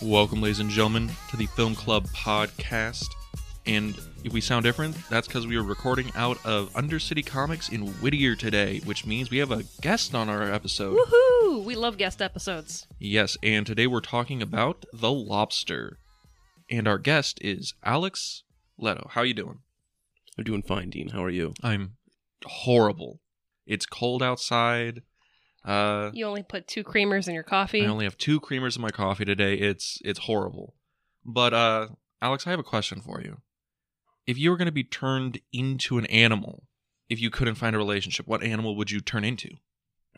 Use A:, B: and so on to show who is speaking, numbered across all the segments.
A: Welcome, ladies and gentlemen, to the Film Club podcast. And if we sound different, that's because we are recording out of Undercity Comics in Whittier today, which means we have a guest on our episode.
B: Woohoo! We love guest episodes.
A: Yes, and today we're talking about The Lobster. And our guest is Alex Leto. How you doing?
C: I'm doing fine, Dean. How are you?
A: I'm horrible. It's cold outside. Uh,
B: You only put two creamers in your coffee.
A: I only have two creamers in my coffee today. It's it's horrible. But uh Alex, I have a question for you. If you were going to be turned into an animal, if you couldn't find a relationship, what animal would you turn into?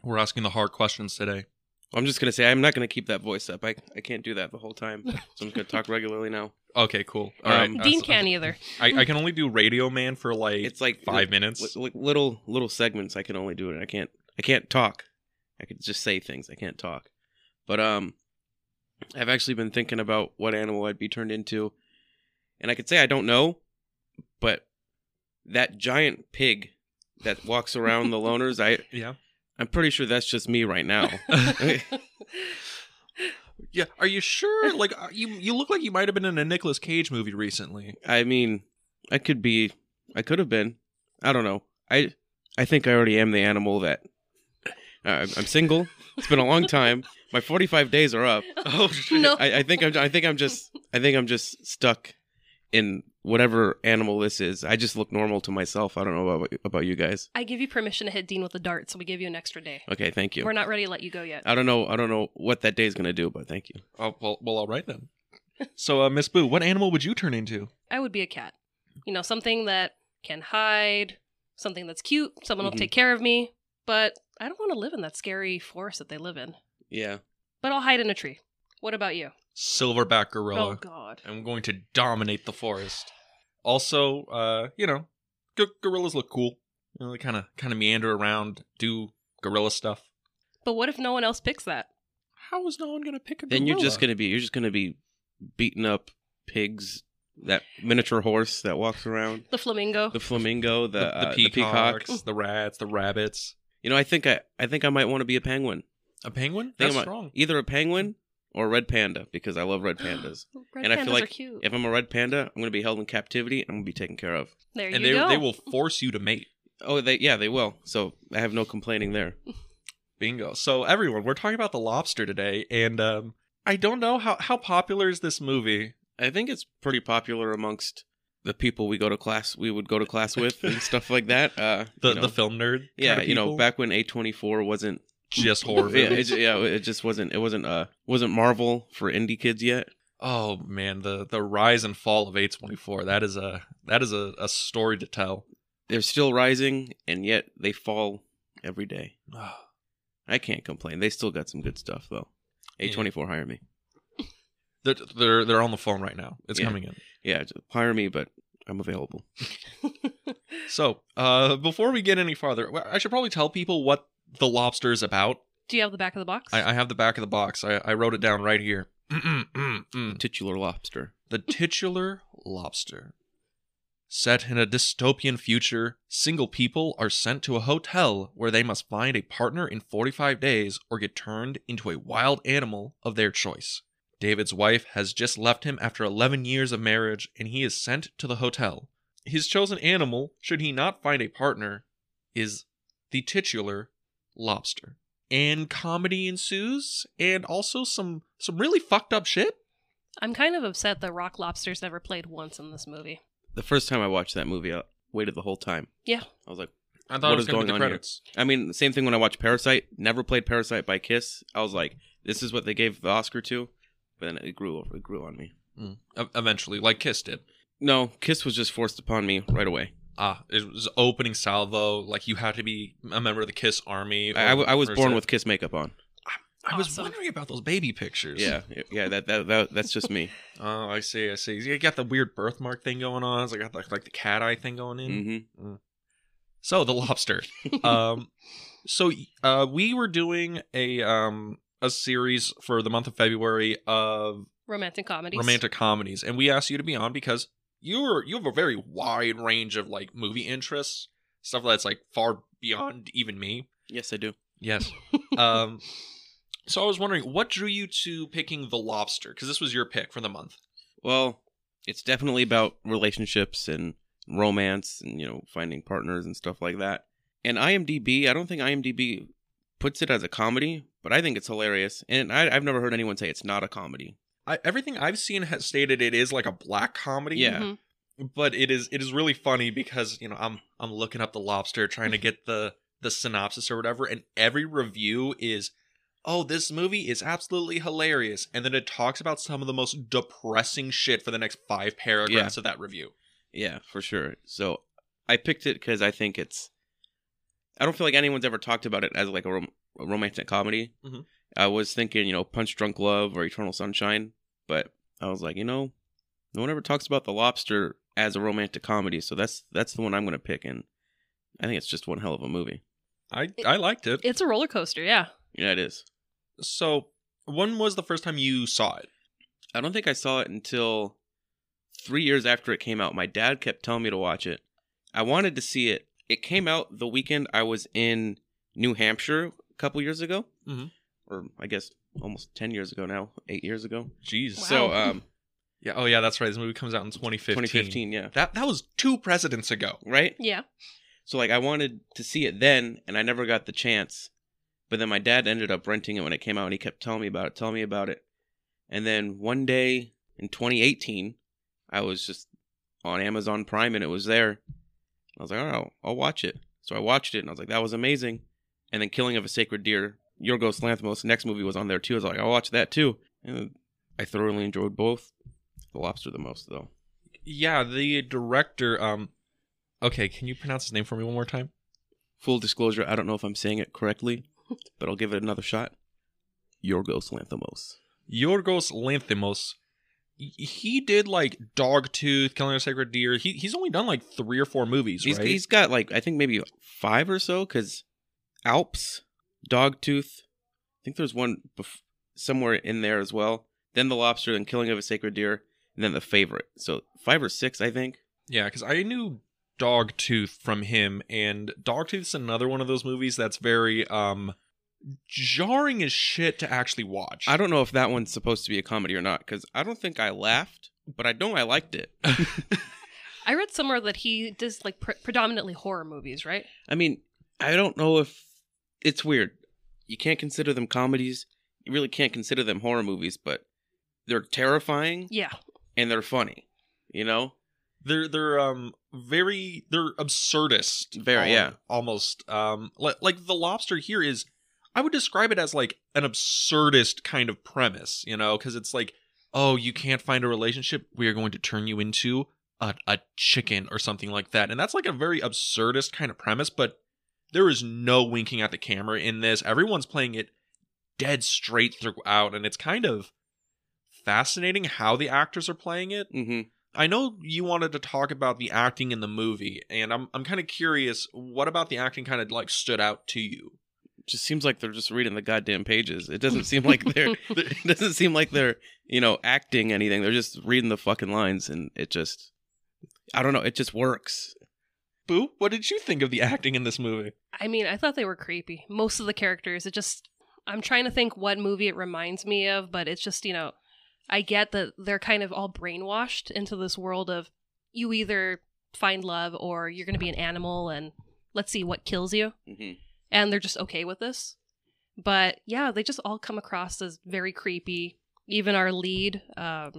A: We're asking the hard questions today.
C: I'm just gonna say I'm not gonna keep that voice up. I I can't do that the whole time. So I'm just gonna talk regularly now.
A: Okay, cool. All
C: Um,
A: right.
B: Dean
A: Uh, so-
B: can't either.
A: I, I can only do Radio Man for like
C: It's like
A: five minutes.
C: li- li- little little segments. I can only do it. I can't I can't talk. I could just say things. I can't talk. But um, I've actually been thinking about what animal I'd be turned into, and I could say I don't know, but that giant pig that walks around the loners, I
A: Yeah.
C: I'm pretty sure that's just me right now.
A: Yeah. Are you sure? Like uh, you you look like you might have been in a Nicolas Cage movie recently.
C: I mean, I could be, I could have been. I don't know. I I think I already am the animal that. Uh, I'm I'm single. It's been a long time. My 45 days are up.
A: Oh
B: No.
C: I, I think I'm. I think I'm just. I think I'm just stuck in whatever animal this is. I just look normal to myself. I don't know about about you guys.
B: I give you permission to hit Dean with a dart, so we give you an extra day.
C: Okay, thank you. Uh,
B: We're not ready to let you go yet.
C: I don't know. I don't know what that day is gonna do, but thank you.
A: Oh well, well, all right then. So, uh, Miss Boo, what animal would you turn into?
B: I would be a cat. You know, something that can hide, something that's cute, someone will
C: Mhm.
B: take care of me. But I don't want to live in that scary forest that they live in.
C: Yeah.
B: But I'll hide in a tree. What about you?
A: Silverback
B: Oh
A: gorilla.
B: God.
A: I'm going to dominate the forest. Also, uh, you know, g- gorillas look cool. You know, they kind of kind of meander around, do gorilla stuff.
B: But what if no one else picks that?
A: How is no one gonna pick a gorilla?
C: Then you're just gonna be. You're just gonna be beating up pigs. That miniature horse that walks around.
B: The flamingo.
C: the flamingo, the,
A: the,
C: uh, the
A: peacocks,
C: peacock.
A: the, rats, the rabbits.
C: You know, I think I, I think I might want to be a penguin.
A: A penguin?
C: Think
A: That's
C: I might-
A: strong.
C: Either a penguin or a red panda because I love red pandas.
B: Red
C: and
B: pandas
C: I feel like
B: are cute.
C: if I'm a red panda, I'm going to be held in captivity. I'm going to be taken care of.
B: there you
A: And they
B: go.
A: they will force you to mate.
C: Oh, they yeah, they will. So I have no complaining there.
A: Bingo. So everyone, we're talking about the lobster today, and um, I don't know how how popular is this movie.
C: I think it's pretty popular amongst the people we go to class. We would go to class with and stuff like that. Uh,
A: The
C: you know,
A: the film nerd.
C: yeah,
A: kinda
C: you know,
A: people?
C: back when A24 wasn't
A: just horror.
C: yeah,
A: movies.
C: it, ju- yeah, it just wasn't it wasn't uh wasn't Marvel for indie kids yet.
A: Oh man, the the rise and fall of A24. That is a that is a, a story to tell.
C: They're still rising and yet they fall every day. I can't complain. They still got some good stuff though.
A: Yeah.
C: A24 hire me.
A: They're they're, they're on the phone right now. It's
C: Yeah.
A: coming in.
C: Yeah, j- hire me, but I'm available.
A: So, uh, before we get any farther, well, I should probably tell people what the lobster is about.
B: Do you have the back of the box?
A: I, I have the back of the box. I, I wrote it down right here. Mm-mm-mm-mm.
C: Titular lobster.
A: The titular lobster. Set in a dystopian future, single people are sent to a hotel where they must find a partner in 45 days or get turned into a wild animal of their choice. David's wife has just left him after 11 years of marriage and he is sent to the hotel. His chosen animal, should he not find a partner, is the titular lobster. And comedy ensues and also some some really fucked up shit.
B: I'm kind of upset that Rock Lobster's never played once in this movie.
C: The first time I watched that movie, I waited the whole time.
B: Yeah.
C: I was like,
A: I
C: What is going on here? I mean, the same thing when I watched Parasite. Never played Parasite by Kiss. I was like, this is what they gave the Oscar to, but then it grew over. It grew on me.
A: Mm. E- Eventually, like Kiss did.
C: No, Kiss was just forced upon me right away.
A: Ah, it was opening salvo. Like you had to be a member of the Kiss Army.
C: I, I w- I was
A: or
C: born
A: so-
C: with Kiss makeup on.
A: I was
B: Awesome.
A: wondering about those baby pictures.
C: Yeah, yeah, that, that, that that's just me.
A: Oh, I see. I see. You got the weird birthmark thing going on. It's like got the, like the cat eye thing going in.
C: hmm
A: So the lobster. um, so uh, we were doing a um a series for the month of February of
B: Romantic comedies.
A: romantic comedies, and we asked you to be on because you're you have a very wide range of like movie interests, stuff that's like far beyond even me.
C: Yes, I do.
A: Yes. um, So I was wondering, what drew you to picking the lobster? Because this was your pick for the month.
C: Well, it's definitely about relationships and romance and, you know, finding partners and stuff like that. And IMDb, I don't think IMDb puts it as a comedy, but I think it's hilarious. And I, I've never heard anyone say it's not a comedy.
A: I, everything I've seen has stated it is like a black comedy.
C: Yeah.
B: Mhm.
A: but it is it is really funny because you know I'm I'm looking up the lobster trying to get the the synopsis or whatever, and every review is, oh, this movie is absolutely hilarious, and then it talks about some of the most depressing shit for the next five paragraphs of that review.
C: Yeah, for sure. So I picked it because I think it's. I don't feel like anyone's ever talked about it as like a, rom- a romantic comedy.
A: Mhm.
C: I was thinking, you know, Punch Drunk Love or Eternal Sunshine, but I was like, you know, no one ever talks about The Lobster as a romantic comedy, so that's that's the one I'm gonna pick, and I think it's just one hell of a movie.
A: I I liked it.
B: It's a roller coaster, yeah.
C: Yeah, it is.
A: So when was the first time you saw it?
C: I don't think I saw it until three years after it came out. My dad kept telling me to watch it. I wanted to see it. It came out the weekend I was in New Hampshire a couple years ago,
A: Mhm.
C: or I guess almost 10 years ago now, eight years ago.
A: Jeez.
B: Wow.
C: So, um,
A: Yeah. Oh yeah, that's right. This movie comes out in 2015.
C: 2015, yeah.
A: That that was two presidents ago.
C: Right?
B: Yeah.
C: So, like, I wanted to see it then, and I never got the chance. But then my dad ended up renting it when it came out, and he kept telling me about it, telling me about it. And then one day in 2018, I was just on Amazon Prime, and it was there. I was like, all right, I'll, I'll watch it. So I watched it, and I was like, that was amazing. And then Killing of a Sacred Deer, Yorgos Lanthimos' next movie was on there too. I was like, I'll watch that too. And I thoroughly enjoyed both. The Lobster the most, though.
A: Yeah, the director. Um, okay, can you pronounce his name for me one more time?
C: Full disclosure, I don't know if I'm saying it correctly, but I'll give it another shot. Yorgos Lanthimos.
A: Yorgos Lanthimos, he- he did like Dogtooth, Killing a Sacred Deer. He he's only done like three or four movies,
C: He's,
A: right?
C: he's got like I think maybe five or so because Alps, Dogtooth. I think there's one bef- somewhere in there as well. Then the Lobster, then Killing of a Sacred Deer, and then the Favorite. So five or six, I think.
A: yeah, because I knew Dogtooth from him, and Dogtooth's another one of those movies that's very um jarring as shit to actually watch.
C: I don't know if that one's supposed to be a comedy or not because I don't think I laughed, but I know I liked it.
B: I read somewhere that he does like pre- predominantly horror movies, right?
C: I mean, I don't know if it's weird. You can't consider them comedies. You really can't consider them horror movies, but they're terrifying
B: Yeah.
C: and they're funny. You know?
A: They're they're um very they're absurdist.
C: Very,
A: al-
C: yeah.
A: Almost um like like the lobster here is I would describe it as like an absurdist kind of premise, you know, cuz it's like oh, you can't find a relationship, we are going to turn you into a a chicken or something like that. And that's like a very absurdist kind of premise, but there is no winking at the camera in this. Everyone's playing it dead straight throughout and it's kind of fascinating how the actors are playing it.
C: hmm
A: I know you wanted to talk about the acting in the movie, and I'm I'm kind of curious. What about the acting kind of like stood out to you?
C: Just seems like they're just reading the goddamn pages. It doesn't seem like they're it doesn't seem like they're, you know, acting anything. They're just reading the fucking lines and it just I don't know, it just works.
A: Boo, what did you think of the acting in this movie?
B: I mean, I thought they were creepy. Most of the characters, it just I'm trying to think what movie it reminds me of, but it's just, you know, I get that they're kind of all brainwashed into this world of you either find love or you're going to be an animal and let's see what kills you.
C: Mm-hmm.
B: And they're just okay with this. But yeah, they just all come across as very creepy. Even our lead, um,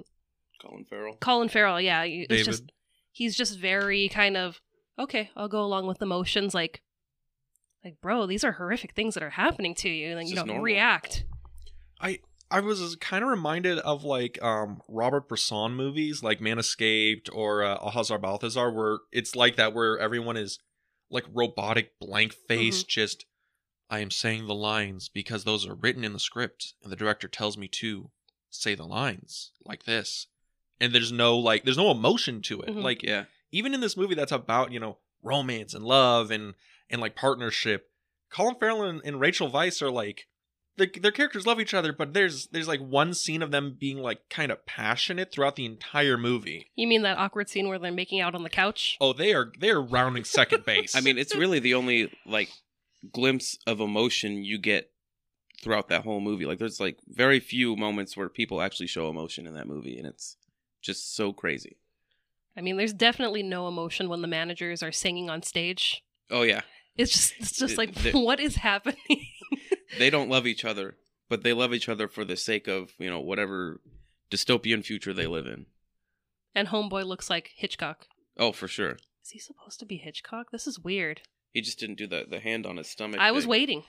C: Colin Farrell.
B: Colin Farrell, yeah, it's
A: David.
B: just he's just very kind of okay i'll go along with emotions like like bro these are horrific things that are happening to you and then
C: It's
B: you
C: just
B: don't
C: normal.
B: react
A: I was kind of reminded of like um, Robert Bresson movies, like Man Escaped or uh, Alhazar Balthazar, where it's like that, where everyone is like robotic, blank face, just I am saying the lines because those are written in the script, and the director tells me to say the lines like this, and there's no like, there's no emotion to it.
B: Mhm.
A: Like
C: Yeah.
A: even in this movie that's about you know romance and love and and like partnership colin farrell and, and rachel weisz are like their, their characters love each other but there's there's like one scene of them being like kind of passionate throughout the entire movie
B: you mean that awkward scene where they're making out on the couch
A: oh they are they are rounding second base
C: I mean, it's really the only like glimpse of emotion you get throughout that whole movie. Like there's like very few moments where people actually show emotion in that movie, and it's just so crazy.
B: I mean, there's definitely no emotion when the managers are singing on stage.
C: Oh yeah,
B: It's just it's just like
C: Th- th-
B: what is happening?
C: they don't love each other, but they love each other for the sake of you know whatever dystopian future they live in.
B: and homeboy looks like Hitchcock.
C: Oh, for sure.
B: Is he supposed to be Hitchcock? This is weird.
C: He just didn't do the the hand on his stomach.
B: I
A: uh,
B: was
C: thing.
B: waiting.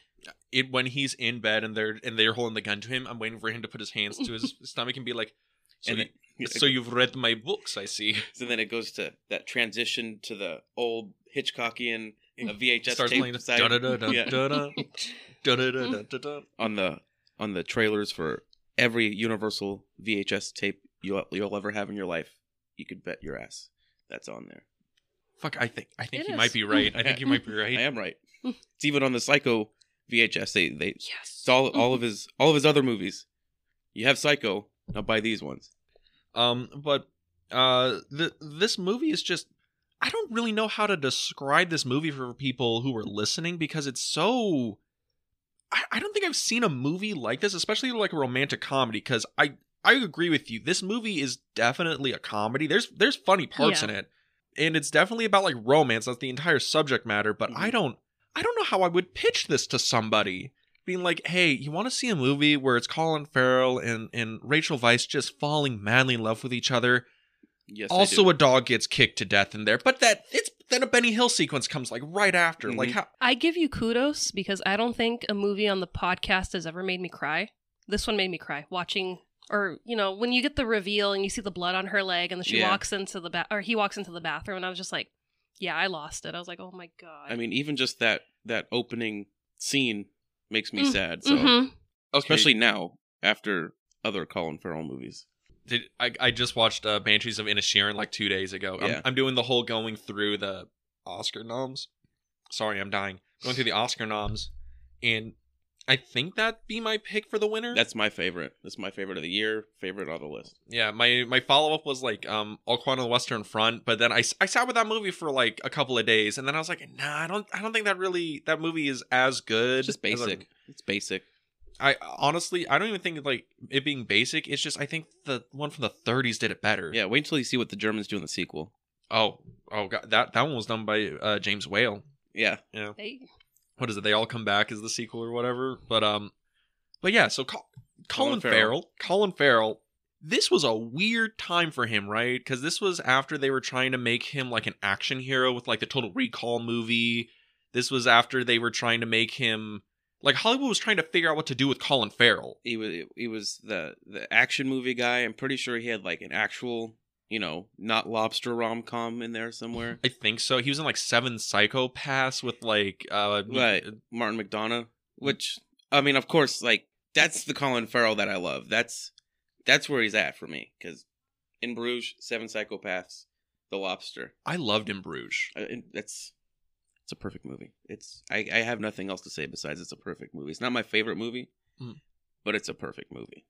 A: It, when he's in bed and they're and they're holding the gun to him, I'm waiting for him to put his hands to his stomach and be like,
C: So,
A: and
C: you-
A: "So you've read my books, I see."
C: so then it goes to that transition to the old Hitchcockian uh, VHS
A: Starts
C: tape
A: playing
C: side
A: da da da da
C: Yeah.
A: da da da da da.
C: on the on the trailers for every Universal VHS tape you'll you'll ever have in your life. You could bet your ass that's on there.
A: Fuck, I think I think
B: It
A: you
B: is.
A: might be right. I think you might be
C: I
A: right.
C: am right. It's even on the Psycho VHS. They they
B: Yes.
C: it's
A: Oh.
C: all all of his all of his other movies. You have Psycho. Now buy these ones.
A: Um, but uh, the this movie is just I don't really know how to describe this movie for people who are listening because it's so. I, I don't think I've seen a movie like this, especially like a romantic comedy. Because I I agree with you, this movie is definitely a comedy. There's there's funny parts
B: Yeah.
A: in it, and it's definitely about like romance. That's the entire subject matter. But I
C: Mhm.
A: don't I don't know how I would pitch this to somebody being like, "Hey, you want to see a movie where it's Colin Farrell and and Rachel Weisz just falling madly in love with each other?
C: Yes. they
A: also,
C: do.
A: a dog gets kicked to death in there, but that it's then a Benny Hill sequence comes like right after. Like
C: Mhm.
A: how
B: I give you kudos because I don't think a movie on the podcast has ever made me cry. This one made me cry watching or you know when you get the reveal and you see the blood on her leg and then she
C: Yeah.
B: walks into the ba- or he walks into the bathroom and I was just like, yeah, I lost it. I was like, oh my god.
C: I mean, even just that that opening scene makes me
B: Mm,
C: sad. So
A: mm-hmm.
B: Mhm.
C: especially now after other Colin Farrell movies.
A: Did, I, I just watched uh, Banshees of Inisherin like two days ago. I'm,
C: Yeah.
A: I'm doing the whole going through the Oscar noms. Sorry, I'm dying. Going through the Oscar noms, and I think that'd be my pick for the winner.
C: That's my favorite. That's my favorite of the year. Favorite on the list.
A: Yeah, my my follow up was like um All Quiet on the Western Front, but then I, s- I sat with that movie for like a couple of days, and then I was like, nah, I don't I don't think that really that movie is as good.
C: It's just
A: as I-
C: basic. It's basic.
A: I honestly I don't even think like it being basic. It's just I think the one from the 30s did it better.
C: Yeah. Wait until you see what the Germans do in the sequel.
A: Oh oh god that that one was done by uh, James Whale.
C: Yeah.
B: They-
A: What is it? They all come back as the sequel or whatever. But um, but yeah. So Col- Colin,
C: Colin
A: Farrell.
C: Farrell.
A: Colin Farrell. This was a weird time for him, right? Because this was after they were trying to make him like an action hero with like the Total Recall movie. This was after they were trying to make him like Hollywood was trying to figure out what to do with Colin Farrell.
C: He was he was the the action movie guy. I'm pretty sure he had like an actual you know not lobster rom com in there somewhere.
A: I think so. He was in like Seven Psychopaths with like uh
C: Right. Martin McDonough, which I mean, of course, like that's the Colin Farrell that I love. That's that's where he's at for me because in Bruges, Seven Psychopaths, The Lobster,
A: I loved in Bruges.
C: uh, and that's it's a perfect movie. It's I, I have nothing else to say besides it's a perfect movie. It's not my favorite movie,
A: Mm.
C: but it's a perfect movie.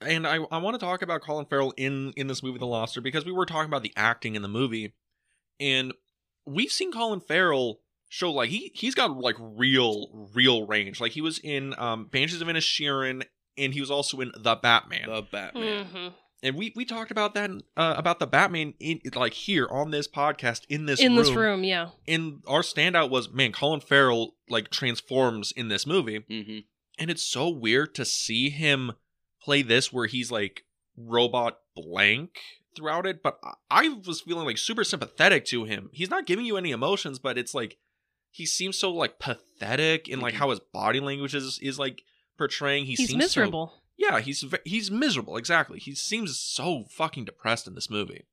A: and I, I want to talk about Colin Farrell in in this movie The Lobster because we were talking about the acting in the movie and we've seen Colin Farrell show like he he's got like real real range like he was in um Banshees of Inisherin and he was also in The Batman
C: The Batman.
B: Mhm.
A: and we we talked about that uh, about The Batman in like here on this podcast in this
B: in
A: room,
B: this room, yeah.
A: and our standout was man Colin Farrell like transforms in this movie
C: hmm
A: and it's so weird to see him play this where he's like robot blank throughout it but I- i was feeling like super sympathetic to him he's not giving you any emotions but it's like he seems so like pathetic in like
C: Mhm.
A: how his body language is is like portraying he
B: Mm-hmm. He's
A: seems
B: miserable.
A: so, yeah he's ve- he's miserable exactly he seems so fucking depressed in this movie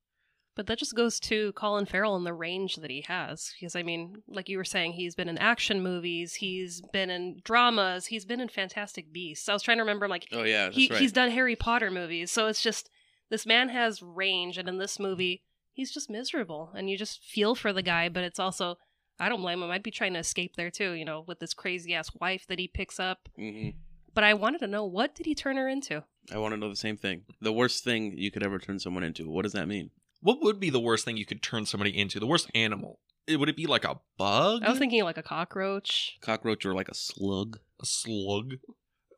B: But that just goes to Colin Farrell and the range that he has. Because, I mean, like you were saying, he's been in action movies, he's been in dramas, he's been in Fantastic Beasts. I was trying to remember, I'm like,
C: Oh yeah, that's
B: he,
C: right.
B: he's done Harry Potter movies. So it's just, this man has range. And in this movie, he's just miserable. And you just feel for the guy. But it's also, I don't blame him. I'd be trying to escape there too, you know, with this crazy ass wife that he picks up.
C: hmm
B: But I wanted to know, what did he turn her into?
C: I want to know the same thing. The worst thing you could ever turn someone into. What does that mean?
A: what would be the worst thing you could turn somebody into the worst animal It- would it be like a bug
B: I was thinking like a cockroach.
C: Cockroach or like a slug?
A: a slug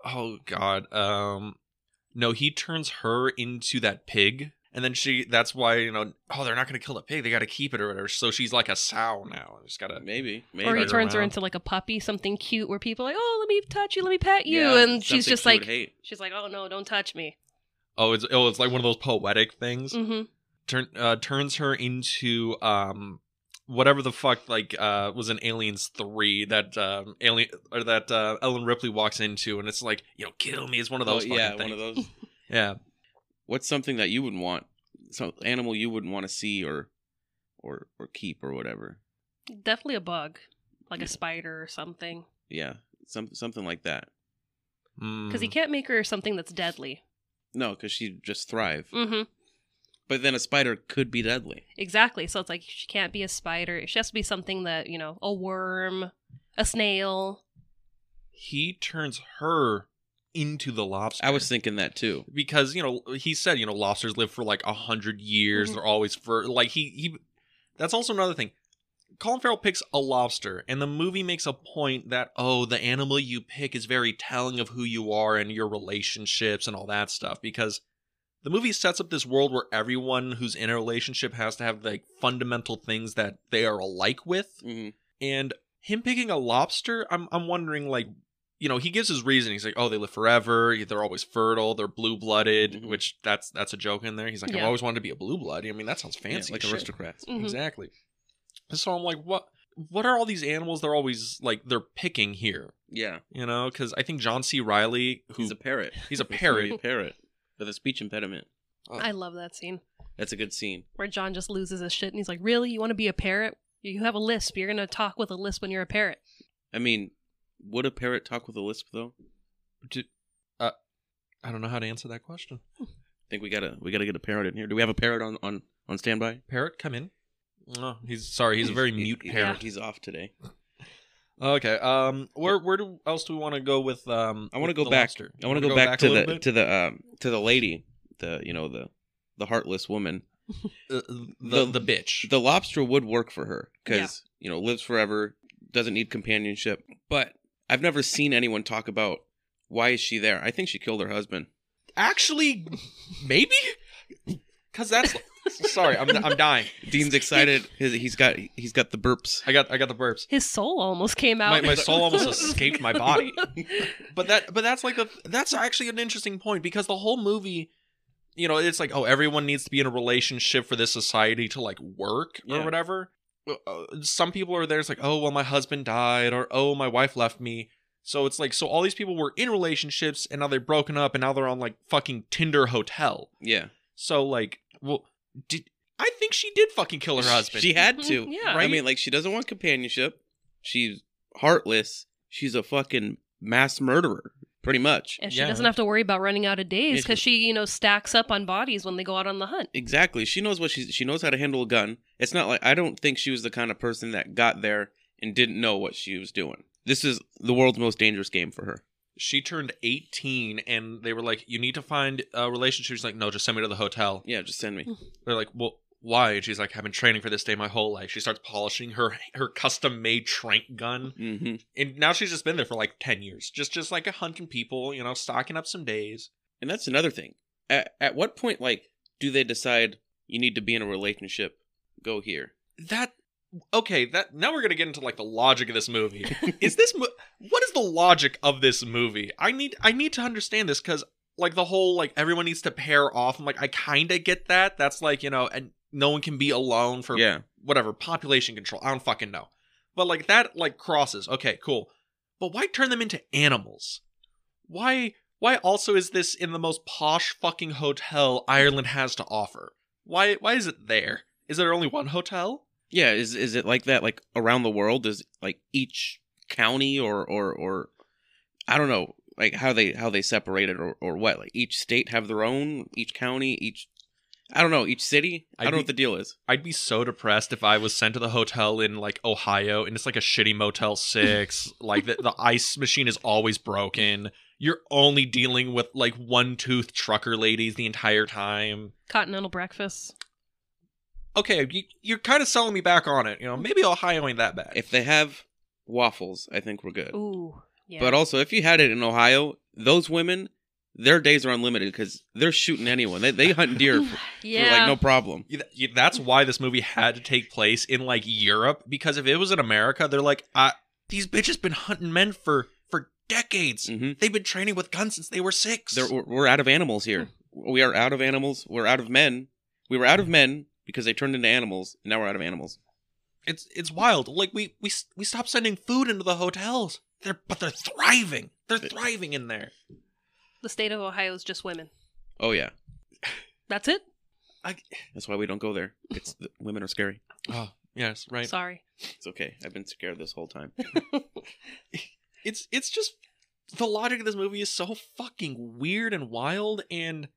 A: oh god um no he turns her into that pig and then she that's why you know oh they're not gonna kill the pig they gotta keep it or whatever so she's like a sow now just gotta
C: Maybe, maybe.
B: Or he
A: Right
B: turns her
A: around.
B: into like a puppy, something cute, where people are like, oh, let me touch you, let me pet you,
C: Yeah,
B: and she's
C: something
B: just
C: she would
B: like,
C: hate.
B: she's like, oh no, don't touch me.
A: oh it's oh it's like one of those poetic things
B: hmm
A: turn uh, turns her into um whatever the fuck like uh was in Aliens 3 that um alien or that uh Ellen Ripley walks into and it's like you know kill me it's one of those
C: Oh,
A: fucking
C: yeah,
A: things.
C: one of those.
A: yeah
C: What's something that you wouldn't want? Some animal you wouldn't want to see or, or or keep or whatever.
B: Definitely a bug, like
C: Yeah.
B: a spider or something,
C: Yeah, some something like that.
A: mm. Mm-hmm.
B: because he can't make her something that's deadly.
C: No, because she just thrive.
B: hmm
C: But then a spider could be deadly.
B: Exactly. So it's like she can't be a spider. She has to be something that you know, a worm, a snail.
A: he turns her into the lobster
C: I was thinking that too.
A: because you know he said you know lobsters live for like a hundred years
B: Mhm.
A: they're always for like he he that's also another thing colin farrell picks a lobster and the movie makes a point that oh the animal you pick is very telling of who you are and your relationships and all that stuff because the movie sets up this world where everyone who's in a relationship has to have like fundamental things that they are alike with
C: hmm
A: and him picking a lobster, I'm I'm wondering like, you know, he gives his reason. He's like, oh, they live forever. They're always fertile. They're blue blooded,
C: Mhm.
A: which that's that's a joke in there. He's like, I've
B: Yeah.
A: always wanted to be a blue blood. I mean, that sounds fancy,
C: like
A: as shit.
C: aristocrats.
B: Mhm.
A: Exactly. So I'm like, what? What are all these animals? They're always like they're picking here,
C: Yeah,
A: you know? Because I think John C. Riley, who
C: he's a parrot.
A: he's a
C: He's gonna
A: parrot.
C: be a parrot with a speech impediment.
B: I love that scene
C: That's a good scene.
B: where John just loses his shit and he's like, "Really? You want to be a parrot? You have a lisp. You're gonna talk with a lisp when you're a parrot."
C: I mean, would a parrot talk with a lisp though?
A: I don't know how to answer that question.
C: I think we gotta we gotta get a parrot in here. Do we have a parrot on on on standby?
A: Parrot, come in. Oh, he's sorry. He's a very
C: he-
A: mute
C: he-
A: parrot.
C: He's off today.
A: Okay. Um. Where where do, else do we want to go with um?
C: I want to
A: with
C: go
A: the
C: back.
A: lobster?
C: I
A: Wanna
C: want to go, back,
A: a
C: to the
A: little bit?
C: to the um to the lady, the you know the the heartless woman.
A: Uh, the the,
C: The-
A: the bitch.
C: The lobster would work for her because you know lives forever, doesn't need companionship. But I've never seen anyone talk about why is she there. I think she killed her husband.
A: Actually, maybe because that's. sorry, I'm I'm dying.
C: Dean's excited. His, he's got he's got the burps.
A: I got I got the burps.
B: His soul almost came
A: My,
B: out.
A: my soul almost escaped my body. But that but that's like a that's actually an interesting point because the whole movie, you know, it's like oh everyone needs to be in a relationship for this society to like work or
C: Yeah.
A: whatever. Uh, Some people are there. It's like oh well my husband died or oh my wife left me. So it's like so all these people were in relationships and now they're broken up and now they're on like fucking Tinder hotel.
C: Yeah,
A: So like, well, did I think she did fucking kill her husband?
C: She had
B: Mhm,
C: to.
B: yeah.
C: I
A: Right?
C: mean, like she doesn't want companionship. She's heartless. She's a fucking mass murderer, pretty much.
B: And she
A: Yeah.
B: doesn't have to worry about running out of days
C: Yeah,
B: because she, you know, stacks up on bodies when they go out on the hunt.
C: Exactly. She knows what she's. She knows how to handle a gun. It's not like I don't think she was the kind of person that got there and didn't know what she was doing. This is the world's most dangerous game for her.
A: she turned eighteen, and they were like, "You need to find a relationship." She's like, "No, just send me to the hotel."
C: Yeah, just send me.
A: They're like, "Well, why?" And she's like, "I've been training for this day my whole life." She starts polishing her her custom made trank gun,
C: hmm
A: and now she's just been there for like ten years, just just like hunting people, you know, stocking up some days.
C: And that's another thing. At, at what point, like, do they decide you need to be in a relationship? Go here.
A: That okay? That now we're gonna get into like the logic of this movie. is this mo- what is the logic of this movie i need i need to understand this because like the whole like everyone needs to pair off i'm like i kind of get that that's like you know and no one can be alone for
C: yeah.
A: whatever population control i don't fucking know but like that like crosses okay cool but why turn them into animals why why also is this in the most posh fucking hotel ireland has to offer why why is it there is there only one hotel
C: Yeah, is is it like that? Like around the world, is like each county or or or I don't know, like how they how they separate it or or what? Like each state have their own, each county, each I don't know, each city. I,
A: I'd
C: don't know
A: be-
C: what the deal is.
A: I'd be so depressed if I was sent to the hotel in like Ohio and it's like a shitty Motel 6. like the, the ice machine is always broken. You're only dealing with like one tooth trucker ladies the entire time.
B: Continental breakfast.
A: Okay, you, you're kind of selling me back on it. You know, maybe Ohio ain't that bad.
C: If they have waffles, I think we're good.
B: Ooh. Yeah.
C: But also, if you had it in Ohio, those women, their days are unlimited because they're shooting anyone. They, they hunt deer for, for
B: yeah.
C: like no problem.
A: Yeah, th- yeah, That's why this movie had to take place in like Europe because if it was in America, they're like, uh, these bitches been hunting men for for decades.
C: hmm
A: They've been training with guns since they were 6
C: They're, we're, we're out of animals here.
A: Hmm.
C: We are out of animals. We're out of men. We were out of men because they turned into animals. And now we're out of animals.
A: it's it's wild. Like we we s- we stopped sending food into the hotels. They're but they're thriving. They're thriving in there.
B: the state of Ohio is just women.
C: Oh, yeah.
B: That's it.
C: That's why we don't go there. It's the, Women are scary.
A: Oh yes, right.
B: Sorry.
C: It's okay. I've been scared this whole time.
A: it's it's just the logic of this movie is so fucking weird and wild and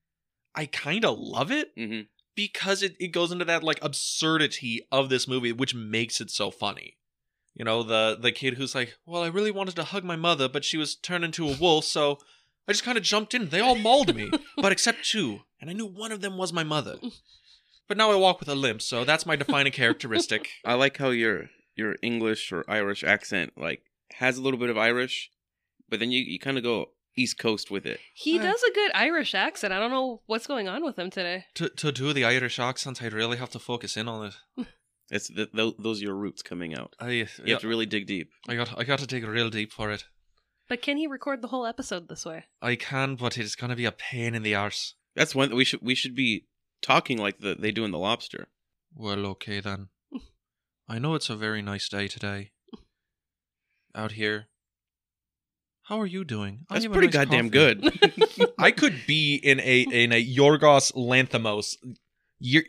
A: i kind of love it
C: hmm
A: because it, it goes into that like absurdity of this movie which makes it so funny you know the the kid who's like well i really wanted to hug my mother but she was turned into a wolf so i just kind of jumped in they all mauled me but except two and i knew one of them was my mother but now i walk with a limp so that's my defining characteristic
C: I like how your your English or Irish accent like has a little bit of Irish, but then you, you kind of go East Coast with it.
B: He
A: Uh.
B: does a good Irish accent. I don't know what's going on with him today.
A: to, to do the irish accent i really have to focus in on it
C: It's the, tho- those are your roots coming out.
A: i
C: You have to really dig deep.
A: I got I got to dig real deep for it.
B: But can he record the whole episode this way?
A: I can, but it's gonna be a pain in the arse.
C: That's one we should we should be talking like the, they do in the lobster.
A: Well, okay then. I know it's a very nice day today. Out here. How are you doing? "I
C: That's
A: have a
C: pretty
A: nice
C: goddamn
A: coffee."
C: good.
A: I could be in a in a Yorgos Lanthimos. Yer-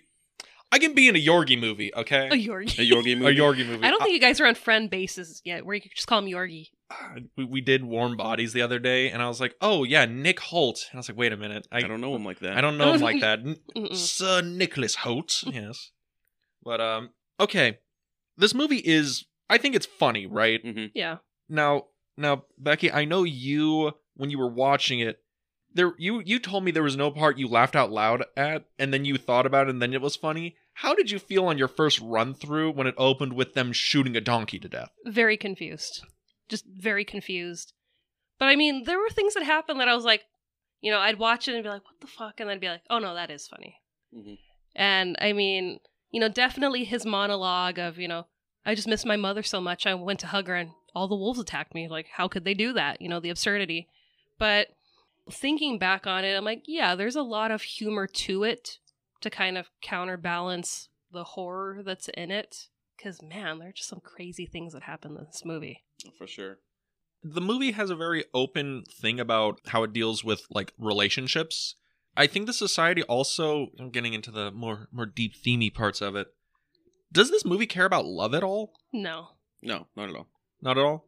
A: I can be in a Yorgi movie, okay?
B: A Yorgi.
C: A Yorgi
A: A
C: movie.
A: Yorgi movie.
B: I don't think you guys are on friend bases yet, where you could just call him Yorgi.
A: I- we, we did Warm Bodies the other day, and I was like, "Oh yeah, Nick Holt." And I was like, "Wait a minute, I,
C: I don't know him like that.
A: I don't know him like that."
B: Mm-mm.
A: Sir Nicholas Holt. yes. But um okay. This movie is I think it's funny, right?
C: hmm
B: Yeah.
A: Now now Becky, I know you when you were watching it there you you told me there was no part you laughed out loud at and then you thought about it and then it was funny. How did you feel on your first run through when it opened with them shooting a donkey to death?
B: Very confused. Just very confused. But I mean, there were things that happened that I was like, you know, I'd watch it and be like, what the fuck? And then I'd be like, oh no, that is funny.
C: Mhm.
B: And I mean, you know, definitely his monologue of, you know, I just miss my mother so much. I went to hug her and all the wolves attacked me. Like, how could they do that? You know, the absurdity. But thinking back on it, I'm like, yeah, there's a lot of humor to it to kind of counterbalance the horror that's in it. Because, man, there are just some crazy things that happen in this movie.
C: Oh, For sure.
A: the movie has a very open thing about how it deals with like relationships. I think the society also I'm getting into the more more deep themey parts of it. Does this movie care about love at all?
B: No.
C: No, not at all.
A: Not at all.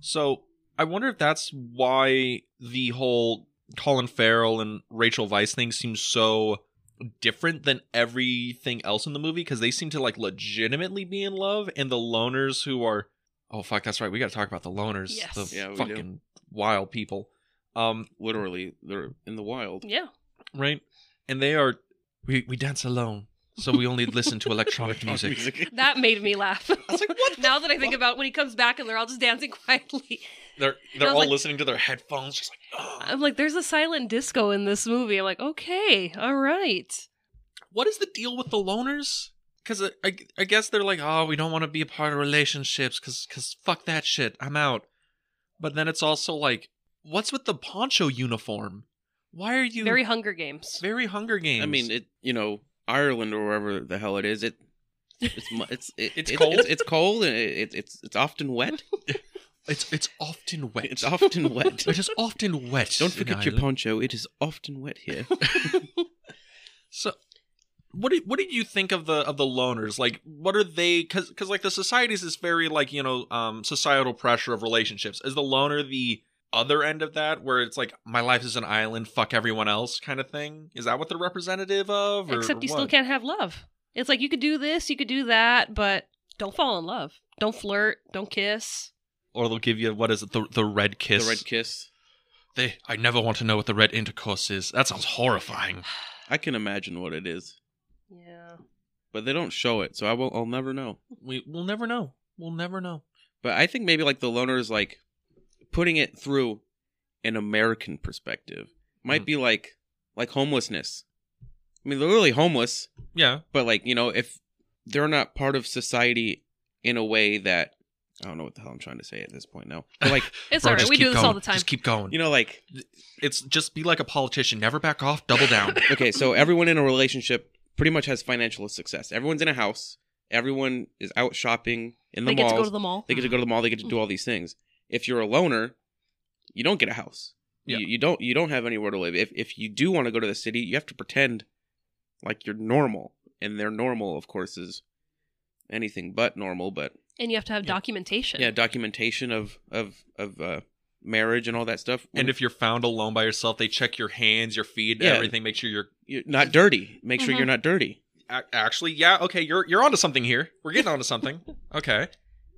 A: So I wonder if that's why the whole Colin Farrell and Rachel Weisz thing seems so different than everything else in the movie because they seem to like legitimately be in love, and the loners who are oh fuck that's right we got to talk about the loners
B: Yes.
A: the
C: Yeah, we do.
A: fucking wild people, um
C: Literally, they're in the wild.
B: Yeah.
A: right, and they are we we dance alone, so we only listen to electronic music.
B: That made me laugh.
A: was like, what the
B: now that I think
A: fuck?
B: about when he comes back and they're all just dancing quietly.
A: They're
B: I
A: they're
B: was
A: all
B: like-
A: listening to their headphones, just like oh.
B: I'm like, there's a silent disco in this movie. I'm like, okay, all right.
A: what is the deal with the loners? Because I, I, I guess they're like, oh, we don't want to be a part of relationships because fuck that shit. I'm out. But then it's also like, what's with the poncho uniform? Why are you
B: Very Hunger Games.
A: very Hunger Games?
C: I mean, it you know Ireland or wherever the hell it is. It it's mu- it's it,
A: It's
C: it-
A: cold?
C: It's, it's cold and it, it, it's it's often wet.
A: it's it's often wet.
C: It's often wet.
A: it is often wet.
C: Don't
A: in
C: forget your
A: Ireland.
C: poncho. It is often wet here.
A: So, what did what did you think of the of the loners? Like, what are they? Because because like the societies is very like you know um societal pressure of relationships. Is the loner the other end of that, where it's like my life is an island, fuck everyone else, kind of thing? Is that what they're representative of? or
B: Except you still
A: what?
B: can't have love. It's like you could do this, you could do that, but don't fall in love. Don't flirt. Don't kiss.
A: Or they'll give you what is it the the red
C: the
A: kiss?
C: red kiss.
A: They I never want to know what the red intercourse is. That sounds horrifying.
C: I can imagine what it is,
B: Yeah. but
C: but they don't show it, so I will. I'll never know.
A: We we'll never know. We'll never know.
C: But I think maybe like the loner is like putting it through an American perspective might
A: Mhm.
C: be like like homelessness. I mean, they're literally homeless,
A: Yeah.
C: but like you know, if they're not part of society in a way that I don't know what the hell I'm trying to say at this point now, but like
B: It's
A: Bro,
B: all right.
A: just
B: We
A: keep
B: do this
A: going.
B: all the time.
A: Just keep going.
C: you know, like
A: it's just be like a politician. Never back off. Double down.
C: okay, so everyone in a relationship pretty much has financial success. Everyone's in a house. Everyone is out shopping in the
B: they
C: malls.
B: get to go to the mall.
C: they get to go to the mall. They get to do all these things. If you're a loner, you don't get a house.
A: Yeah.
C: You, you don't. You don't have anywhere to live. If if you do want to go to the city, you have to pretend like you're normal, and their normal, of course, is anything but normal. But
B: and you have to have
A: Yeah.
B: documentation.
C: yeah, documentation of of of uh, marriage and all that stuff.
A: and if you're found alone by yourself, they check your hands, your feet,
C: Mm. Yeah.
A: everything. Make sure you're
C: you're not dirty, make sure you're
B: Mhm.
C: not dirty.
A: a- actually. Yeah. Okay. You're you're onto something here. We're getting onto something. Okay.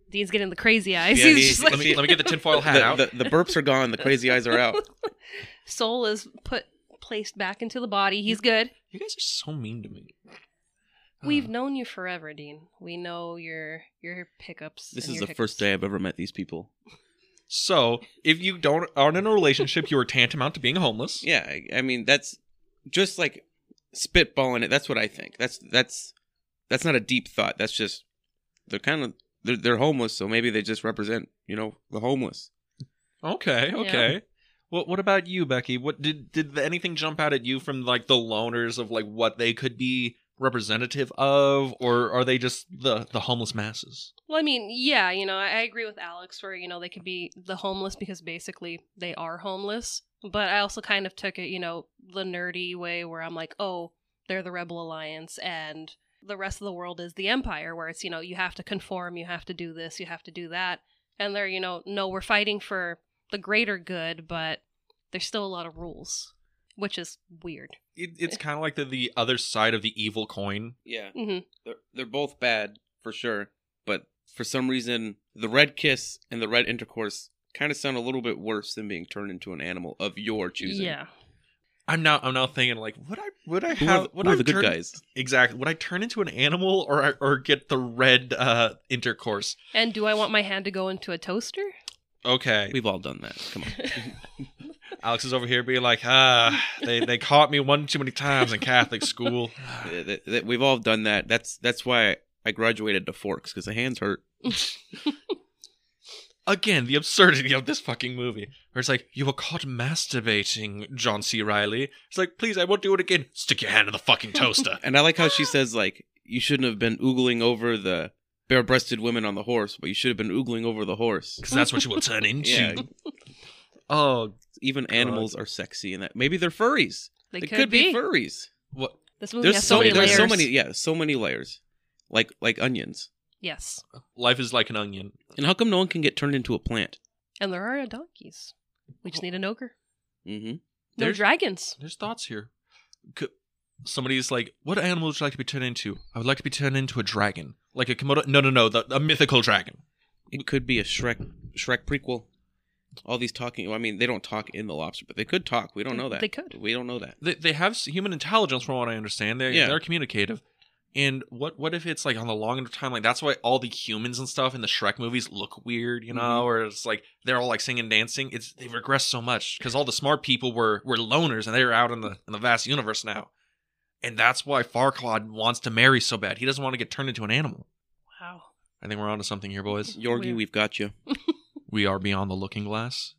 B: Dean's getting the crazy eyes.
C: Yeah,
B: He's
C: he-
B: just
A: Let
B: like
A: me let me get the tinfoil hat out.
C: The, the, the burps are gone. The crazy eyes are out.
B: soul is put placed back into the body. He's good.
A: you guys are so mean to me.
B: We've
C: Uh-huh.
A: Uh,
B: known you forever, Dean. We know your your pickups.
C: This
B: and
C: is
B: your
C: the first
B: hiccups.
C: day I've ever met these people.
A: so if you don't aren't in a relationship, you are tantamount to being homeless.
C: Yeah, I- I mean that's just like spitballing it. That's what I think. That's that's that's not a deep thought. That's just they're kind of they're they're homeless, so maybe they just represent you know the homeless.
A: Okay,
B: Yeah.
A: okay. What what about you, Becky? What did did anything jump out at you from like the loners of like what they could be representative of, or are they just the the homeless masses?
B: Well, I mean, yeah, you know, I I agree with Alex where, you know, they could be the homeless because basically they are homeless. But I also kind of took it, you know, the nerdy way where I'm like, oh, they're the Rebel Alliance and the rest of the world is the Empire, where it's, you know, you have to conform, you have to do this, you have to do that. And they're, you know, no, we're fighting for the greater good, but there's still a lot of rules, which is weird.
A: It, it's kind of like the the other side of the evil coin.
C: Yeah,
B: hmm
C: they're they're both bad for sure, but for some reason the red kiss and the red intercourse kind of sound a little bit worse than being turned into an animal of your choosing.
B: Yeah.
A: I'm now I'm now thinking like would I would I
C: Who
A: have
C: are,
A: would
C: who
A: I
C: are the good
A: turn-
C: guys?
A: exactly would I turn into an animal or I- or get the red uh intercourse?
B: And do I want my hand to go into a toaster?
A: Okay,
C: We've all done that. Come on.
A: Alex is over here being like ah they they caught me one too many times in Catholic school.
C: Th- th- th- we've all done that. That's that's why I graduated to forks because the hands hurt.
A: again the absurdity of this fucking movie where it's like you were caught masturbating john c riley it's like please i won't do it again stick your hand in the fucking toaster
C: And I like how she says like you shouldn't have been oogling over the bare-breasted women on the horse, but you should have been oogling over the horse.
A: because that's what you will turn into
C: Yeah,
A: oh
C: even animals are sexy in that. Maybe they're furries.
B: They,
C: could, be. furries.
A: what
B: This movie
C: There's
B: has
C: so
B: so many
C: there's
B: layers.
C: so many yeah so many layers, like like onions.
B: Yes,
A: life is like an onion
C: And how come no one can get turned into a plant?
B: and there are donkeys. We just need an ogre.
C: Mm-hmm.
B: No
A: There's-
B: dragons.
A: there's thoughts here Could, somebody's like what animal would you like to be turned into i would like to be turned into a dragon like a komodo no no no the, a mythical dragon
C: It could be a Shrek Shrek prequel. All these talking. Well, I mean, they don't talk in the lobster, but they could talk. We don't know that.
B: They could.
C: We don't know that.
A: they, they have s- human intelligence from what i understand they,
C: Yeah.
A: they're communicative and what what if it's like on the longer timeline that's why all the humans and stuff in the shrek movies look weird you know
C: Mhm.
A: or it's like they're all like singing and dancing it's they regress so much because all the smart people were were loners and they're out in the in the vast universe now and that's why farquaad wants to marry so bad he doesn't want to get turned into an animal
B: Wow.
A: i think we're onto something here boys
C: Yorgi,
B: Weird.
C: we've got you.
A: we are beyond the looking glass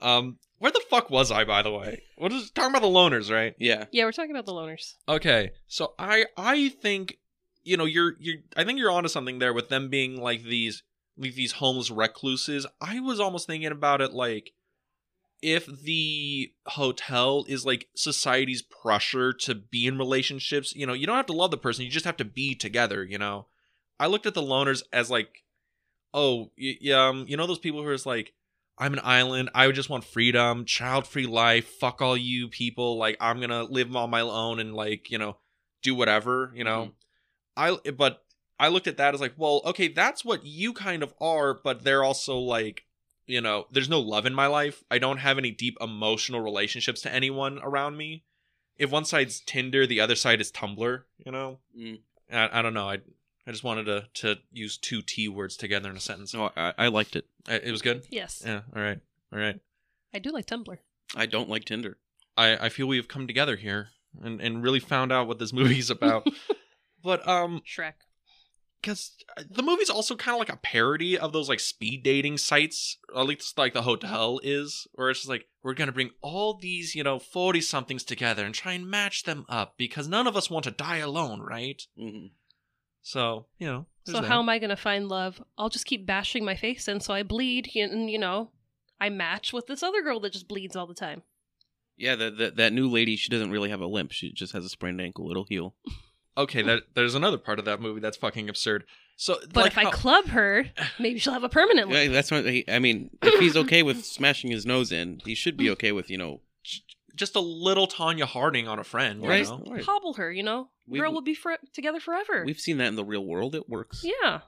A: um where the fuck was i by the way what is talking about the loners right
C: Yeah.
B: Yeah, we're talking about the loners.
A: Okay, so I I think you know you're you're I think you're onto something there with them being like these like these homeless recluses. I was almost thinking about it like if the hotel is like society's pressure to be in relationships, you know, you don't have to love the person, you just have to be together, you know. I looked at the loners as like oh, y- yeah, um, you know those people who are just like I'm an island. I just want freedom, child free life. Fuck all you people. Like I'm gonna live on my own and like you know do whatever you know. I but I looked at that as like, well, okay, that's what you kind of are, but they're also like, you know, there's no love in my life. I don't have any deep emotional relationships to anyone around me. If one side's Tinder, the other side is Tumblr. You know,
C: Mm.
A: I, I don't know. I I just wanted to to use two T words together in a sentence.
C: Oh, I, I liked it.
A: I- It was good.
B: Yes.
A: Yeah. All right. All right.
B: I do like Tumblr.
C: I don't like Tinder.
A: I, I feel we have come together here and, and really found out what this movie's about. but um,
B: Shrek.
A: because the movie's also kind of like a parody of those like speed dating sites, or at least like the hotel is, where it's just like we're gonna bring all these you know forty somethings together and try and match them up because none of us want to die alone, right?
C: Mhm.
A: So you know. there's
B: So
A: that.
B: how am I going to find love? I'll just keep bashing my face in so I bleed and you know, I match with this other girl that just bleeds all the time.
C: Yeah, that that that new lady, she doesn't really have a limp. She just has a sprained ankle. It'll heal.
A: okay, that, there's another part of that movie that's fucking absurd. So,
B: But
A: like
B: if I
A: how-
B: club her, maybe she'll have a permanent
C: Yeah,
B: limp.
C: that's what he, I mean. If he's okay with smashing his nose in, he should be okay with you know.
A: just a little Tanya Harding on a friend, you
C: Right.
A: know?
C: right.
B: Hobble her, you know?
C: We-
B: Girl will be for- together forever.
C: We've seen that in the real world. It works.
B: Yeah.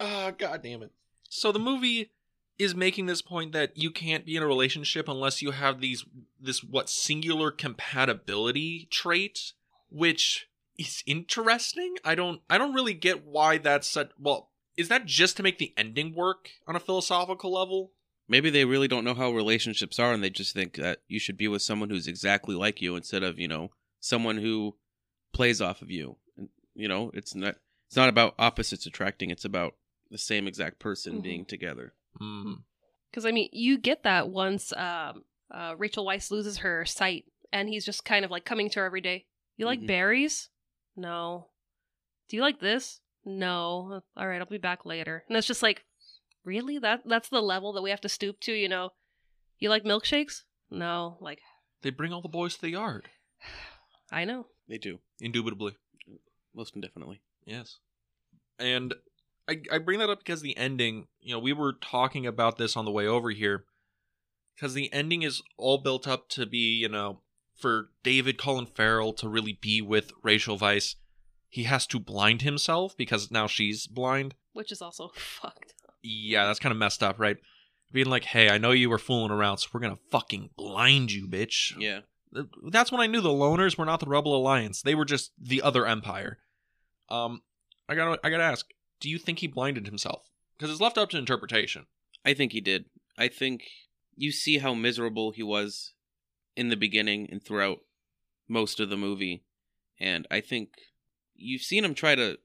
A: Ah, god damn it. So the movie is making this point that you can't be in a relationship unless you have these this what singular compatibility trait, which is interesting. I don't I don't really get why that's such well, is that just to make the ending work on a philosophical level?
C: Maybe they really don't know how relationships are, and they just think that you should be with someone who's exactly like you instead of you know someone who plays off of you. And, you know, it's not it's not about opposites attracting. It's about the same exact person
B: Mhm.
C: being together.
A: Hmm.
B: Because, I mean, you get that once um, uh, Rachel Weiss loses her sight and he's just kind of like coming to her every day. You like
C: Mhm.
B: berries? No. Do you like this? No. All right, I'll be back later. And it's just like, really? That That's the level that we have to stoop to, you know? You like milkshakes? No. Like,
A: They bring all the boys to the yard.
B: I know.
C: They do
A: Indubitably.
C: most indefinitely.
A: Yes. And I, I bring that up because the ending, you know, we were talking about this on the way over here. Because the ending is all built up to be, you know, for David Colin Farrell to really be with Rachel Weiss, he has to blind himself because now she's blind.
B: Which is also fucked.
A: Yeah, that's kind of messed up, right? Being like, hey, I know you were fooling around, so we're going to fucking blind you, bitch.
C: Yeah,
A: Th- that's when I knew the loners were not the Rebel Alliance. They were just the other empire. Um, I gotta, I gotta ask, do you think he blinded himself? Because it's left up to interpretation.
C: I think he did. I think you see how miserable he was in the beginning and throughout most of the movie. And I think you've seen him try to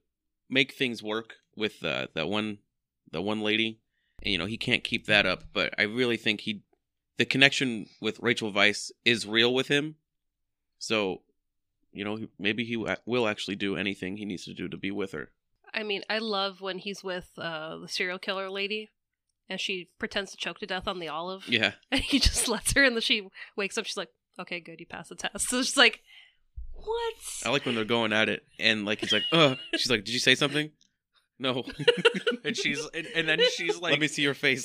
C: make things work with uh, that one that one lady. And you know, he can't keep that up, but I really think he the connection with Rachel Weiss is real with him. So, you know, he- maybe he wa- will actually do anything he needs to do to be with her.
B: I mean, I love when he's with uh, the serial killer lady and she pretends to choke to death on the olive.
C: Yeah.
B: And he just lets her, and then she wakes up. She's like, okay, good, you passed the test. So she's like, what?
C: I
A: Oh.
C: like when they're going at it and like he's like, uh she's like, Did you say something? No.
A: And she's, and, and then she's like,
C: Let me see your face.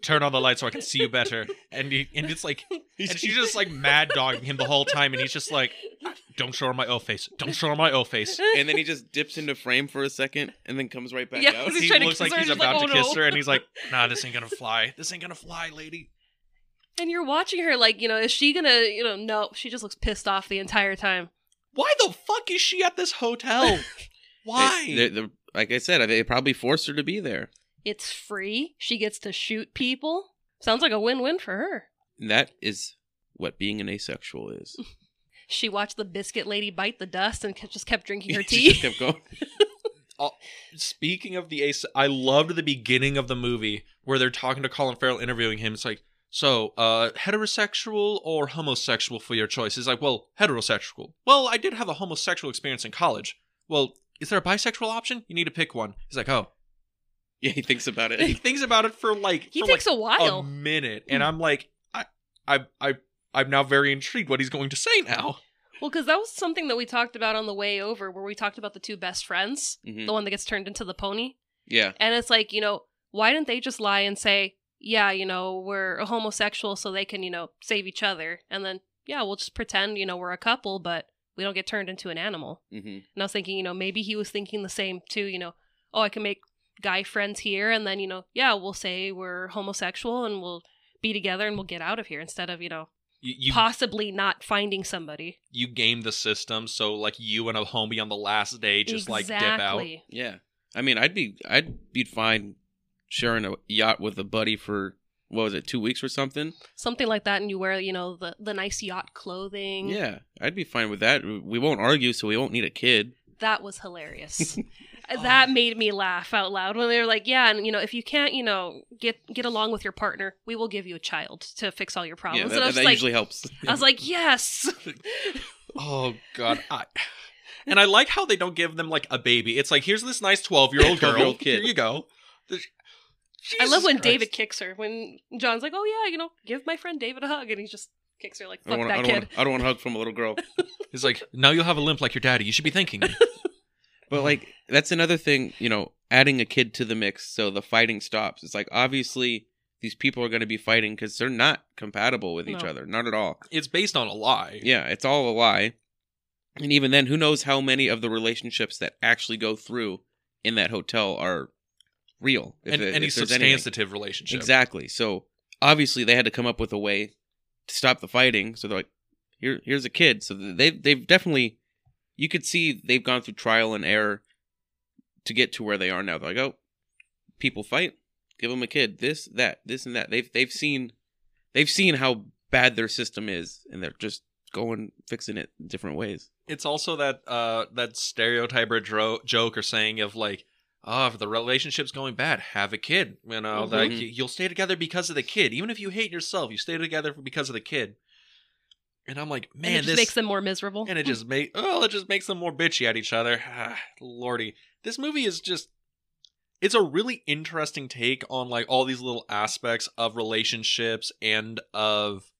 A: turn on the light so I can see you better. And he, and it's like, and she's just like mad dogging him the whole time, and he's just like, don't show her my O face. Don't show her my O face.
C: and then he just dips into frame for a second and then comes right back
B: Yeah,
C: out.
B: he's
A: He
B: trying to
A: looks
B: kiss
A: like
B: her,
A: he's
B: and she's like,
A: about
B: "Oh,
A: to
B: no."
A: kiss her, and he's like, nah, this ain't gonna fly. This ain't gonna fly, lady.
B: And you're watching her, like, you know, is she gonna, you know, no, she just looks pissed off the entire time.
A: Why the fuck is she at this hotel? Why?
C: They- they're- like I said, they probably forced her to be there.
B: It's free. She gets to shoot people. Sounds like a win win for her.
C: And that is what being an asexual is.
B: She watched the biscuit lady bite the dust and ke- just kept drinking her
C: She just
B: tea.
C: kept going.
A: Speaking of the ace, I loved the beginning of the movie where they're talking to Colin Farrell, interviewing him. It's like, so, uh, heterosexual or homosexual for your choice? He's like, well, heterosexual. Well, I did have a homosexual experience in college. Well, is there a bisexual option? You need to pick one. He's like, oh.
C: Yeah, he thinks about
A: And he
C: it.
A: thinks about it for like
B: He
A: for
B: takes a
A: like
B: while. Hmm.
A: a minute, and I'm like, I, I, I, I'm now very intrigued what he's going to say now.
B: well, because that was something that we talked about on the way over, where we talked about the two best friends,
C: Mhm.
A: Mm.
B: the one that gets turned into the pony.
C: Yeah.
B: And it's like, you know, why didn't they just lie and say, yeah, you know, we're homosexual so they can, you know, save each other? And then, yeah, we'll just pretend, you know, we're a couple, but we don't get turned into an animal.
C: hmm
B: And I was thinking, you know, maybe he was thinking the same too, you know, oh, I can make guy friends here. And then, you know, yeah, we'll say we're homosexual and we'll be together and we'll get out of here instead of, you know,
A: You, you
B: possibly not finding somebody.
A: you game the system so like you and a homie on the last day just like dip out.
C: Yeah. I mean, I'd be I'd be fine sharing a yacht with a buddy for what was it, two weeks or something?
B: something like that, and you wear you know the the nice yacht clothing.
C: Yeah, I'd be fine with that. We won't argue, so we won't need a kid.
B: that was hilarious.
C: Oh.
B: that made me laugh out loud when they were like, "Yeah, and you know, if you can't, you know, get get along with your partner, we will give you a child to fix all your
C: Yeah,
B: problems."
C: that,
B: and I was
C: that
B: just like,
C: usually helps.
B: I was like, "Yes."
A: Oh God, I. And I like how they don't give them like a baby. It's like here's this nice twelve year old girl.
C: 12-year-old kid.
A: Here you go.
B: I love
A: Jesus
B: when
A: Christ.
B: David kicks her when John's like, "Oh yeah, you know, give my friend David a hug," and he just kicks her like,
C: I don't
B: "Fuck
C: want. I
B: that
C: don't want.
B: kid."
C: I don't want a hug from a little girl.
A: He's like, now you'll have a limp like your daddy. You should be thanking me.
C: But like that's another thing, you know, adding a kid to the mix so the fighting stops. It's like obviously these people are going to be fighting because they're not compatible with each
B: No.
C: other, not at all.
A: it's based on a lie.
C: Yeah, it's all a lie. And even then, who knows how many of the relationships that actually go through in that hotel are real? if
A: and
C: it-
A: any
C: if there's
A: substantive relationship.
C: Exactly. So obviously they had to come up with a way to stop the fighting. So they're like, here, here's a kid. So they they've definitely, you could see they've gone through trial and error to get to where they are now. They're like, oh, people fight, give them a kid, this, that, this, and that. They've they've seen, they've seen how bad their system is, and they're just going fixing it in different ways.
A: It's also that uh that stereotype or dro- joke or saying of like, oh, if the relationship's going bad, have a kid. You know,
C: Mm-hmm.
B: Mhm.
A: like you- you'll stay together because of the kid. Even if you hate yourself, you stay together because of the kid. And I'm like,
B: and it
A: man,
B: just
A: this
B: makes them more miserable.
A: and it just make oh, it just makes them more bitchy at each other. Ah, Lordy, this movie is just it's a really interesting take on like all these little aspects of relationships and of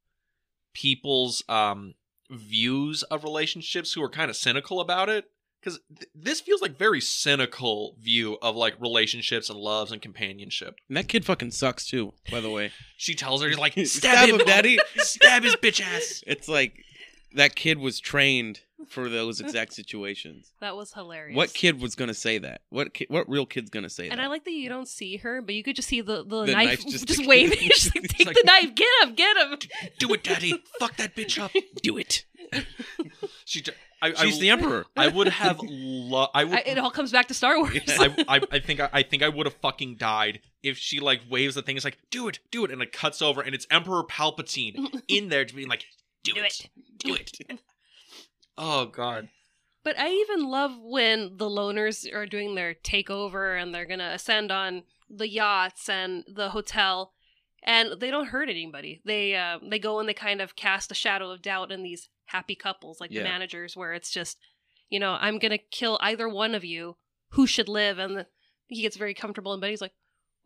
A: people's um views of relationships who are kind of cynical about it cuz th- this feels like very cynical view of like relationships and loves and companionship.
C: And that kid fucking sucks too. By the way,
A: She tells her like stab,
C: Stab
A: him,
C: him, daddy.
A: stab his bitch ass.
C: it's like that kid was trained for those exact situations.
B: that was hilarious.
C: What kid was gonna say that? What ki- what real kid's gonna say
B: And
C: that?
B: I like that you don't see her, but you could just see the, the,
C: The
B: knife,
C: knife
B: just,
C: just-
B: waving. She's like,
C: It's
B: take
C: like-
B: the knife, get him, get him.
A: Do it, daddy. Fuck that bitch up.
C: do it.
A: She ju- I, I-
C: She's the emperor.
A: I would have lo- I would.
B: I, it all comes back to Star Wars.
A: I, I, I think I, I think I would have fucking died if she like waves the thing. It's like do it, do it, and it cuts over, and it's Emperor Palpatine in there being like, do,
B: Do
A: it, do it. Oh god,
B: But I even love when the loners are doing their takeover and they're gonna ascend on the yachts and the hotel, and they don't hurt anybody. They uh, they go and they kind of cast a shadow of doubt in these happy couples, like
C: Yeah.
B: the managers, where it's just, you know, I'm gonna kill either one of you. Who should live? And the, he gets very comfortable, and Betty's like,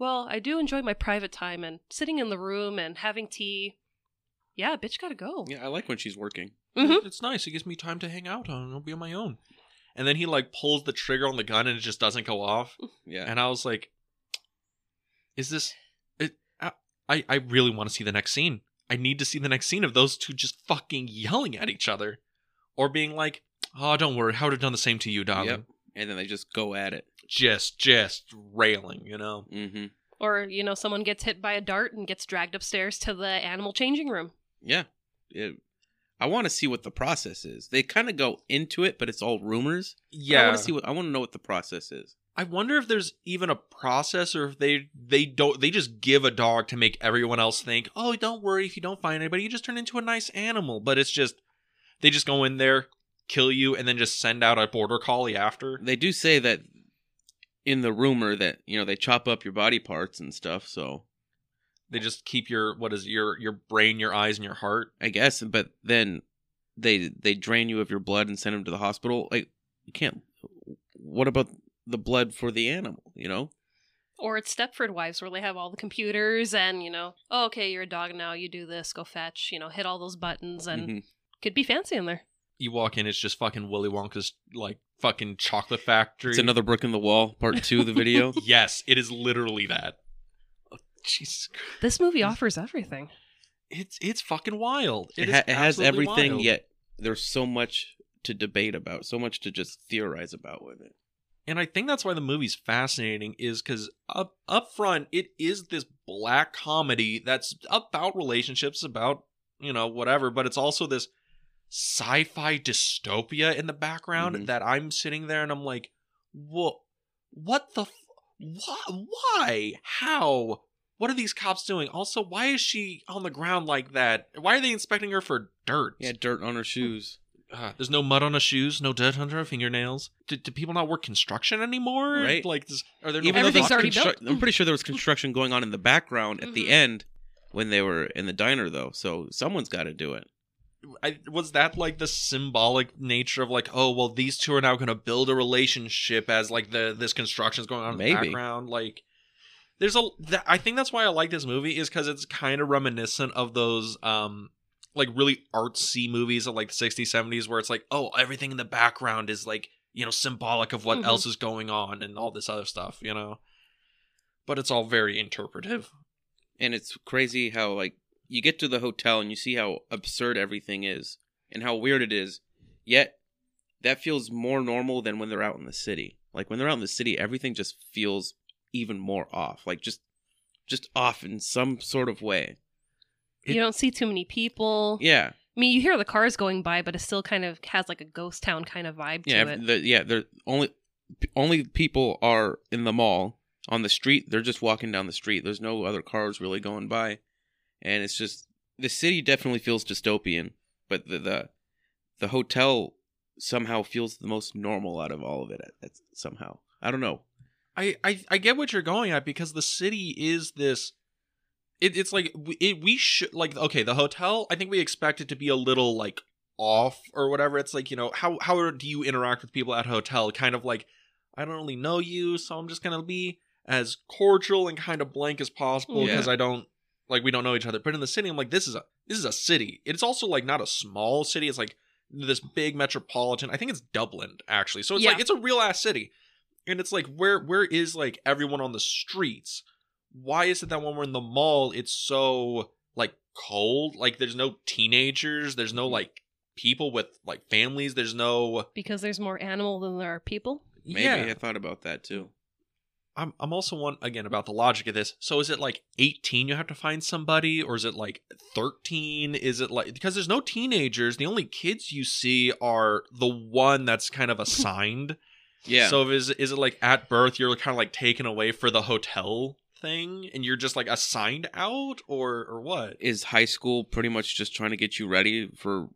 B: "Well, I do enjoy my private time and sitting in the room and having tea." Yeah, bitch, gotta go.
C: Yeah, I like when she's working.
B: hmm
A: it's nice. It gives me time to hang out. I'll be on my own. And then he like pulls the trigger on the gun, and it just doesn't go off.
C: Yeah.
A: And I was like, is this? It, I I I really want to see the next scene. I need to see the next scene of those two just fucking yelling at each other, or being like, "Oh, don't worry, I would have done the same to you, darling."
C: Yep. And then they just go at it.
A: Just just railing, you know.
C: Mm-hmm.
B: Or, you know, someone gets hit by a dart and gets dragged upstairs to the animal changing room.
C: Yeah. It- I want to see what the process is. They kind of go into it, but it's all rumors. But I
A: Yeah.
C: want to see what I want to know what the process is.
A: I wonder if there's even a process, or if they they don't they just give a dog to make everyone else think, "Oh, don't worry if you don't find anybody, you just turn into a nice animal." But it's just they just go in there, kill you, and then just send out a border collie after.
C: They do say that in the rumor that you know they chop up your body parts and stuff. So
A: they just keep your what is it, your your brain your eyes and your heart
C: I guess, but then they they drain you of your blood and send them to the hospital. Like you can't. What about the blood for the animal? You know.
B: Or it's Stepford Wives where they have all the computers and, you know, oh, okay, you're a dog now, you do this, go fetch, you know, hit all those buttons and
C: Mhm.
B: could be fancy in there.
A: you walk in it's just fucking willy wonka's like fucking chocolate factory
C: It's another brick in the wall, part two of the video.
A: yes it is literally that oh, jesus Christ.
B: This movie
C: Mm-hmm.
B: offers everything.
A: it's it's fucking wild
C: it
A: is
C: ha- it has
A: absolutely
C: everything,
A: wild.
C: yet there's so much to debate about, so much to just theorize about with it.
A: and i think that's why the movie's fascinating is because up up front it is this black comedy that's about relationships about you know whatever but it's also this sci-fi dystopia in the background
C: Mhm.
A: that i'm sitting there and i'm like what what the f- why, why how What are these cops doing? Also, why is she on the ground like that? Why are they inspecting her for dirt?
C: Yeah, dirt on her shoes.
A: Uh, there's no mud on her shoes, no dirt under her fingernails. Do, do people not work construction anymore?
C: Right.
A: Like, this, are there no
C: Even though there
B: Everything's
C: was
B: already
C: construct-
B: built.
C: I'm pretty sure there was construction going on in the background at the
B: Mhm.
C: end when they were in the diner, though. So someone's got to do it.
A: I, was that like the symbolic nature of like, oh well, these two are now going to build a relationship as like the this construction's going on in the
C: Maybe.
A: background. Like, there's a. That, I think that's why I like this movie is because it's kind of reminiscent of those um like really artsy movies of like the 60s, 70s where it's like, oh, everything in the background is like you know symbolic of what
B: Mhm.
A: else is going on and all this other stuff, you know. But it's all very interpretive.
C: And it's crazy how like you get to the hotel and you see how absurd everything is and how weird it is. Yet that feels more normal than when they're out in the city. Like when they're out in the city, everything just feels even more off. Like just just off in some sort of way.
A: It-
B: you don't see too many people.
C: Yeah.
B: I mean, you hear the cars going by, but it still kind of has like a ghost town kind of vibe
C: Yeah,
B: to it.
C: ev- the, yeah. They're only only people are in the mall on the street. They're just walking down the street. There's no other cars really going by, and it's just the city definitely feels dystopian, but the the, the hotel somehow feels the most normal out of all of it. That's somehow I don't know.
A: I, I I get what you're going at because the city is this. It, it's like we- it, we should like okay the hotel. I think we expect it to be a little like off or whatever. It's like you know how how do you interact with people at a hotel? Kind of like I don't really know you, so I'm just gonna be as cordial and kind of blank as possible
C: Yeah.
A: because I don't like we don't know each other. But in the city, I'm like this is a this is a city. It's also like not a small city. It's like this big metropolitan. I think it's Dublin actually. So it's
B: Yeah.
A: like it's a real ass city. And it's like where where is like everyone on the streets? Why is it that when we're in the mall it's so like cold? Like there's no teenagers, there's no like people with like families, there's no
B: Because there's more animal than there are people.
C: Maybe
A: Yeah.
C: I thought about that too.
A: I'm I'm also one again about the logic of this. So is it like 18 you have to find somebody or is it like 13? Is it like because there's no teenagers, the only kids you see are the one that's kind of assigned.
C: Yeah.
A: So is is it like at birth you're kind of like taken away for the hotel thing and you're just like assigned out or or what?
C: is high school pretty much just trying to get you ready for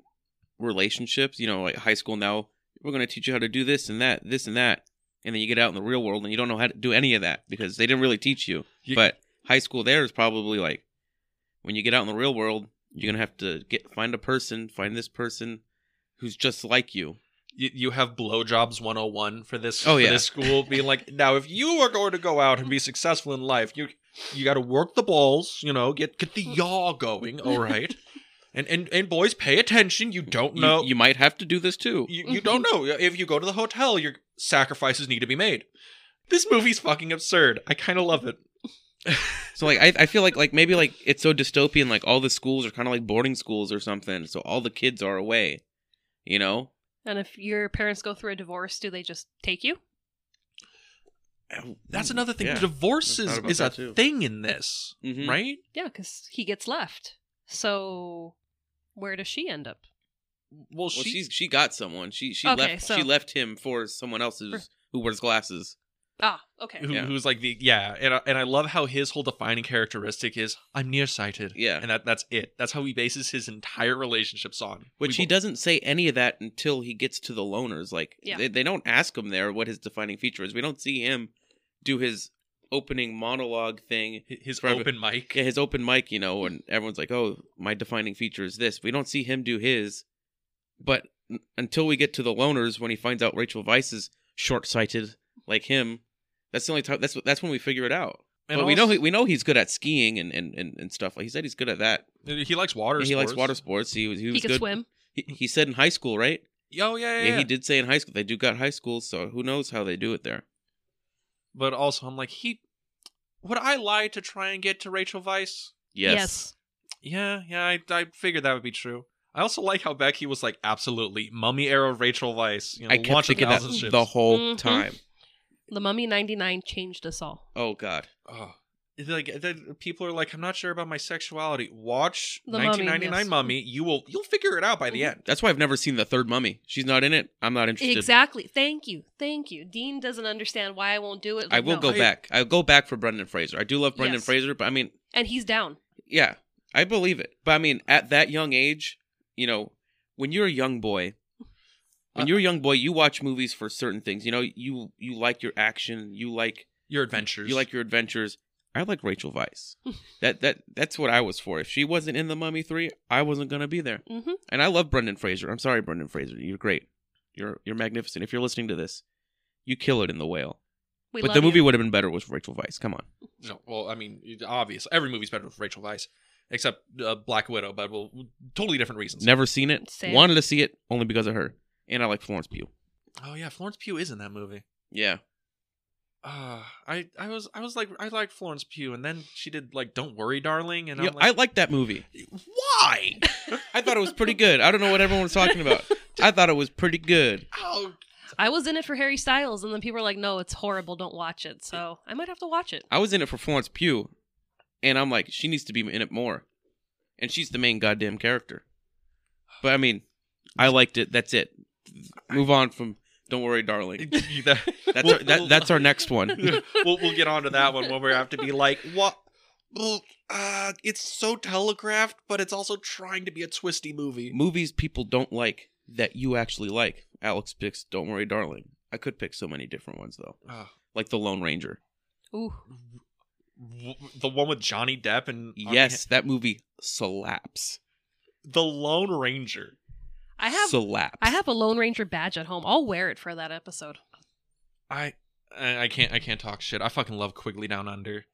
C: relationships you know like high school now we're going to teach you how to do this and that this and that and then you get out in the real world and you don't know how to do any of that because they didn't really teach you
A: You-
C: but high school there is probably like when you get out in the real world you're going to have to get find a person find this person who's just like you
A: you, you have blowjobs 101 for this
C: Oh,
A: for
C: yeah.
A: this school being like now if you are going to go out and be successful in life you you got to work the balls you know get get the yaw going all right and and and boys pay attention you don't
C: You-
A: know
C: you might have to do this too
A: you, you don't know if you go to the hotel your sacrifices need to be made this movie's fucking absurd i kind of love it
C: So like I, I feel like like maybe like it's so dystopian like all the schools are kind of like boarding schools or something so all the kids are away, you know.
B: And if your parents go through a divorce, do they just take you?
A: that's another thing
C: Yeah.
A: divorce
C: I
A: is,
C: thought about
A: is a
C: that too.
A: thing in this
C: Mhm.
A: right
B: Yeah, because he gets left. So where does she end up?
A: well,
C: Well,
A: she-
C: she's she got someone. She she
B: Okay,
C: left
B: so-
C: she left him for someone else's who wears glasses.
B: Ah, okay.
A: who,
C: Yeah.
A: who's like the yeah and I, and I love how his whole defining characteristic is I'm nearsighted
C: Yeah.
A: and that that's it that's how he bases his entire relationships on
C: Which
A: We
C: he
A: bo-
C: doesn't say any of that until he gets to the loners. Like
B: Yeah.
C: they, they don't ask him there what his defining feature is. We don't see him do his opening monologue thing.
A: hi- his
C: Forever.
A: open mic
C: Yeah, his open mic, you know, and everyone's like, "Oh, my defining feature is this." We don't see him do his, but n- until we get to the loners, when he finds out Rachel Vice is short-sighted like him, that's the only time. That's that's when we figure it out.
A: and
C: but we know
A: also-
C: he, we know he's good at skiing and, and, and, and stuff. Like he said, he's good at that.
A: he likes water
C: he likes water
A: sports.
C: sports. He was he was
B: He can
C: good.
B: swim.
C: He, he said in high school, right?
A: oh yeah yeah, yeah.
C: he did say in high school. They do got high school, so who knows how they do it there?
A: but also I'm like he would I lie to try and get to Rachel Vice
C: Yes.
A: yeah yeah I I figured that would be true I also like how Becky was like absolutely mummy era Rachel Vice you know
C: I kept
A: launch a
C: thinking
A: thousand
C: that
A: ships
B: Mm-hmm.
C: the whole
B: Mhm.
C: time.
B: The Mummy 99 changed us all.
C: Oh God.
A: Oh, it's like that people are like, I'm not sure about my sexuality. Watch
B: The Mummy,
A: 1999 Mummy.
B: yes.
A: You will you'll figure it out by the
B: Mhm.
A: end.
C: That's why I've never seen the third mummy. She's not in it. I'm not interested.
B: Exactly. Thank you. Thank you. Dean doesn't understand why I won't do it.
C: I
B: Like,
C: will
B: no.
C: go
A: I-
C: back. I'll go back for Brendan Fraser. I do love Brendan
B: Yes.
C: Fraser, but I mean,
B: And he's down.
C: yeah, I believe it. But I mean, at that young age, you know, when you're a young boy,
A: Uh,
C: when you're a young boy, you watch movies for certain things. You know, you you like your action, you like
A: Your adventures.
C: you like your adventures. I like Rachel Weisz. that that that's what I was for. If she wasn't in the Mummy Three, I wasn't gonna be there.
B: Mm-hmm.
C: And I love Brendan Fraser. I'm sorry, Brendan Fraser. You're great. You're you're magnificent. If you're listening to this, you kill it in the whale.
B: We
C: but
B: love
C: the movie
B: you.
C: would have been better with Rachel Weisz. Come on.
A: No, well, I mean, it- obvious. Every movie's better with Rachel Weisz, except uh, Black Widow, but well, totally different reasons.
C: Never seen it.
B: Same.
C: Wanted to see it only because of her. And I like Florence Pugh.
A: Oh yeah, Florence Pugh is in that movie.
C: Yeah.
A: Uh, I I was I was like I liked Florence Pugh, and then she did like Don't Worry, Darling, and
C: Yeah,
A: I'm
C: I
A: like,
C: like that movie.
A: why?
C: I thought it was pretty good. I don't know what everyone was talking about. I thought it was pretty good.
A: oh,
B: I was in it for Harry Styles, and then people were like, "No, it's horrible. Don't watch it." So I might have to watch it.
C: I was in it for Florence Pugh, and I'm like, she needs to be in it more. And she's the main goddamn character. But I mean, I liked it. That's it. Move on from Don't Worry, Darling.
A: that-
C: That's our, that, that's our next one.
A: we'll we'll get on to that one when we have to be like what. Well, uh, it's so telegraphed, but it's also trying to be a twisty movie.
C: Movies people don't like that you actually like. Alex picks Don't Worry, Darling. I could pick so many different ones, though.
A: Uh,
C: Like The Lone Ranger.
B: Ooh,
A: w- the one with Johnny Depp and Army
C: Yes, that movie slaps.
A: Ha- the Lone Ranger.
B: I have
C: slaps.
B: I have a Lone Ranger badge at home. I'll wear it for that episode.
A: I I I can't I can't talk shit. I fucking love Quigley Down Under.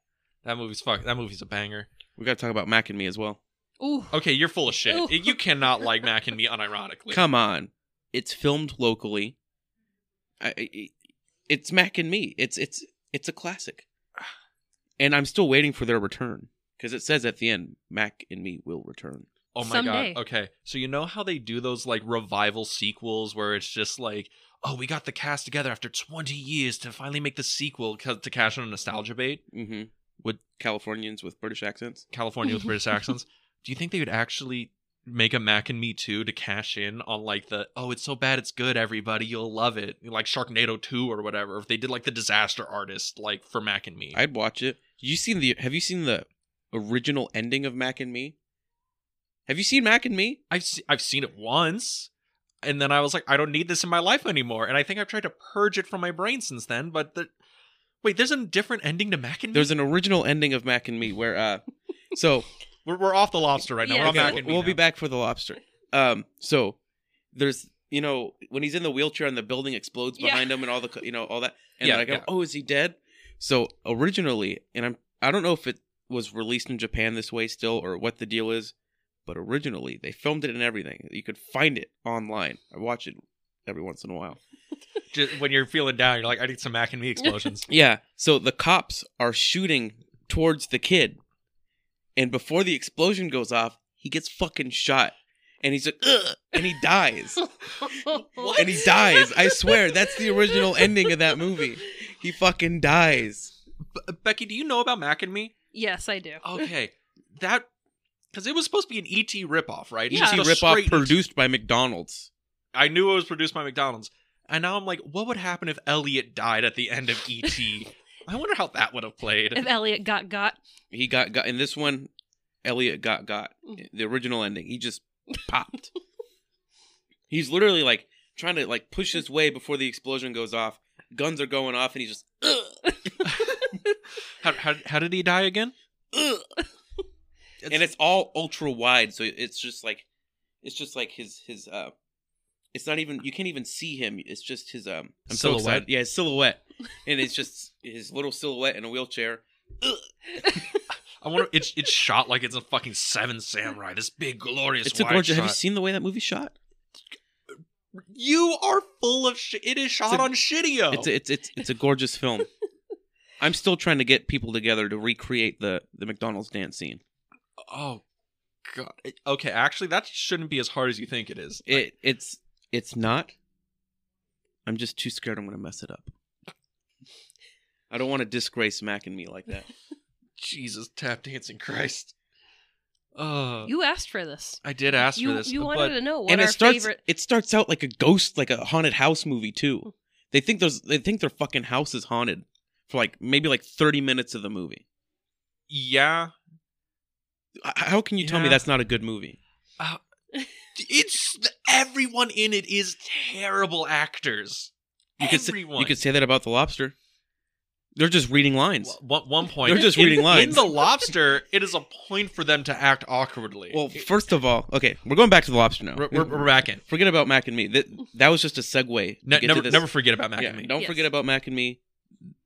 A: That movie's fuck. That movie's a banger.
C: We got to talk about Mac and Me as well.
B: Ooh,
C: Oh,
A: Okay, you're full of shit.
B: Ooh.
A: You cannot like Mac and Me unironically.
C: Come on, it's filmed locally. I, I- it's Mac and Me. It's it's it's a classic, and I'm still waiting for their return because it says at the end, Mac and Me will return.
A: Oh my
B: Someday.
A: god. Okay. So you know how they do those like revival sequels where it's just like, oh, we got the cast together after 20 years to finally make the sequel ca- to cash in a nostalgia bait.
C: Mm-hmm. With Californians with British accents,
A: California with British accents. Do you think they would actually make a Mac and Me too to cash in on like the oh it's so bad it's good everybody you'll love it like Sharknado 2 or whatever if they did like the disaster artist like for Mac and Me.
C: I'd watch it. You seen the? Have you seen the original ending of Mac and Me? Have you seen Mac and Me?
B: Mm-hmm.
A: I've se- I've seen it once, and then I was like, I don't need this in my life anymore. And I think I've tried to purge it from my brain since then. But the wait, there's a different ending to Mac and Me.
C: There's an original ending of Mac and Me where uh, so
A: we're, we're off the lobster right now.
B: Yeah.
A: We're on
B: Okay,
A: Mac and Me.
C: we'll be
A: now.
C: back for the lobster. Um, so there's you know when he's in the wheelchair and the building explodes
B: Yeah.
C: behind him and all the co- you know all that and
A: Yeah,
C: like
A: yeah.
C: oh is he dead? So originally, and I'm I don't know if it was released in Japan this way still or what the deal is, but originally they filmed it and everything. You could find it online. I watch it every once in a while.
A: Just when you're feeling down, you're like, I need some Mac and Me explosions.
C: Yeah. So the cops are shooting towards the kid, and before the explosion goes off, he gets fucking shot, and he's like, Ugh! and he dies, and he dies. I swear, that's the original ending of that movie. He fucking dies.
A: B- Becky, do you know about Mac and Me?
B: Yes, I do.
C: Oh,
A: Okay, that because it was supposed to be an ET ripoff, right?
B: Yeah.
A: Just
C: He
A: a
C: rip off
A: straight ET.
C: produced by McDonald's.
A: I knew it was produced by McDonald's, and now I'm like, what would happen if Elliot died at the end of ET? I wonder how that would have played.
B: If Elliot got got,
C: He got got in this one. Elliot got got the original ending. He just popped. he's literally like trying to like push his way before the explosion goes off. Guns are going off, and he's just. Ugh!
A: How, how, how did he die again?
C: Ugh! and it's all ultra wide, so it's just like it's just like his his uh it's not even you can't even see him. It's just his um I'm
A: Silhouette.
C: so excited. Yeah, his silhouette. and it's just his little silhouette in a wheelchair.
A: I wonder. It's it's shot like it's a fucking Seven Samurai. This big glorious.
C: It's a
A: wide
C: gorgeous. Have you
A: shot.
C: seen the way that movie shot?
A: You are full of shit. It is shot
C: a-
A: on Shitio.
C: It's a, it's it's it's a gorgeous film. I'm still trying to get people together to recreate the the McDonald's dance scene.
A: oh god. It- Okay, actually, that shouldn't be as hard as you think it is.
C: It it's it's not. I'm just too scared I'm going to mess it up. I don't want to disgrace Mac and me like that.
A: Jesus, tap dancing Christ. Uh,
B: You asked for this.
A: I did ask
B: You
A: for this.
B: you
A: but-
B: wanted to know what
C: and
B: our
C: it starts
B: favorite.
C: it starts out like a ghost like a haunted house movie
A: Hmm.
C: too they think there's they think their fucking house is haunted for like maybe like 30 minutes of the movie
A: yeah,
C: H- how can you tell me
A: Yeah.
C: that's not a good movie
A: it's everyone in it is terrible actors.
C: you could say,
A: everyone.
C: you could say that about the lobster they're just reading lines
A: Well, one, one point.
C: They're just
A: in-
C: reading
A: In
C: lines.
A: the lobster, it is a point for them to act awkwardly.
C: well
A: It-
C: first of all okay we're going back to the lobster now
A: we're, we're, we're back in.
C: forget about mac and me that, that was just a segue to
A: Ne-
C: get to
A: never,
C: this-
A: never forget about Mac
C: Yeah,
A: and me.
C: don't
B: Yes.
C: forget about mac and me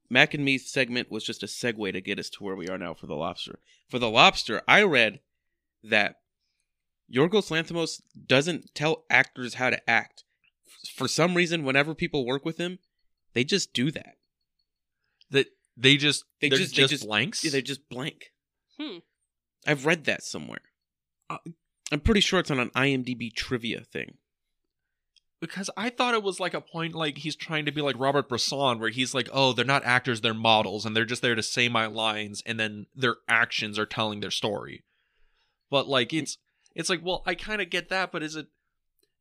C: mac and me segment was just a segue to get us to where we are now for the lobster for the lobster i read that yorgos lanthimos doesn't tell actors how to act for some reason whenever people work with him they just do that
A: That they just
C: They
A: they're
C: just-
A: just,
C: they just-
A: blanks.
C: Yeah, they're just blank
B: Hmm.
C: i've read that somewhere
A: Uh,
C: i'm pretty sure it's on an imdb trivia thing
A: because I thought it was like a point like he's trying to be like Robert Bresson, where he's like, oh, they're not actors, they're models, and they're just there to say my lines, and then their actions are telling their story. But like it's it's like, well, I kind of get that, but is it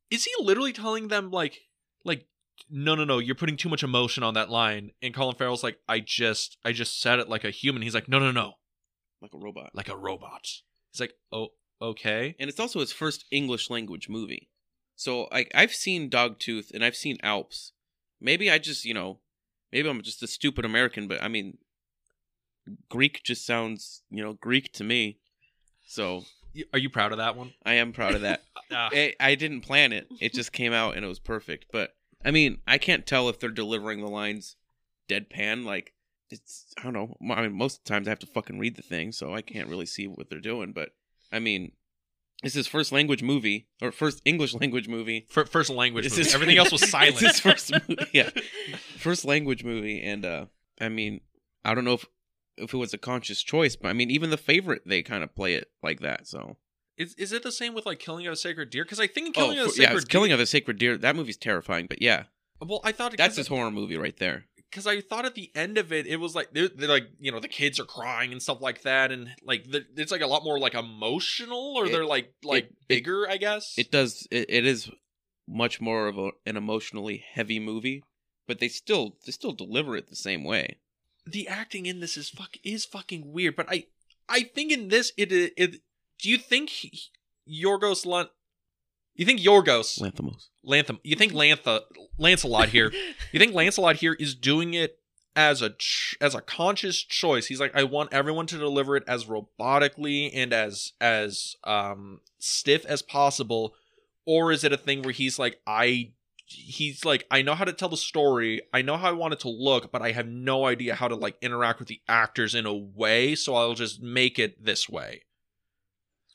A: is he literally telling them like like no no no you're putting too much emotion on that line and colin farrell's like i just i just said it like a human he's like no no no
C: like a robot
A: like a robot he's like oh okay
C: and it's also his first English language movie. So like I've seen Dogtooth and I've seen Alps. Maybe I just you know, maybe I'm just a stupid American, but I mean, Greek just sounds you know Greek to me. So
A: Y- are you proud of that one
C: I am proud of that.
A: Ah.
C: I, I didn't plan it; it just came out and it was perfect. But I mean, I can't tell if they're delivering the lines deadpan. Like it's I don't know. I mean, most times I have to fucking read the thing, so I can't really see what they're doing. But I mean, it's his first language movie or first English language movie.
A: Fir- first language
C: It's
A: movie.
C: his-
A: everything else was
C: it's
A: silent
C: his first movie. Yeah, first language movie, and uh I mean, I don't know if if it was a conscious choice, but I mean, even the favorite they kind of play it like that. So
A: Is is it the same with like Killing of a Sacred Deer? Because I think in
C: Oh,
A: Killing of a
C: for-
A: Sacred
C: yeah, it's
A: Deer,
C: Killing of the Sacred Deer. That movie's terrifying, but yeah,
A: Well, I thought
C: that's his horror movie right there.
A: because I thought at the end of it, it was like they're, they're like you know the kids are crying and stuff like that, and like the, it's like a lot more like emotional, or
C: It-
A: they're like like
C: it- it-
A: bigger, I guess.
C: It does. It, it is much more of a, an emotionally heavy movie, but they still they still deliver it the same way.
A: the acting in this is fuck is fucking weird, but I I think in this it it, it- do you think he, Yorgos Lan you think Yorgos
C: Lanthimos.
A: Lantham you think
B: Mm-hmm.
A: Lantha Lancelot here You think Lancelot here is doing it as a ch- as a conscious choice. He's like, I want everyone to deliver it as robotically and as as um stiff as possible, or is it a thing where he's like, I he's like, I know how to tell the story, I know how I want it to look, but I have no idea how to like interact with the actors in a way, so I'll just make it this way.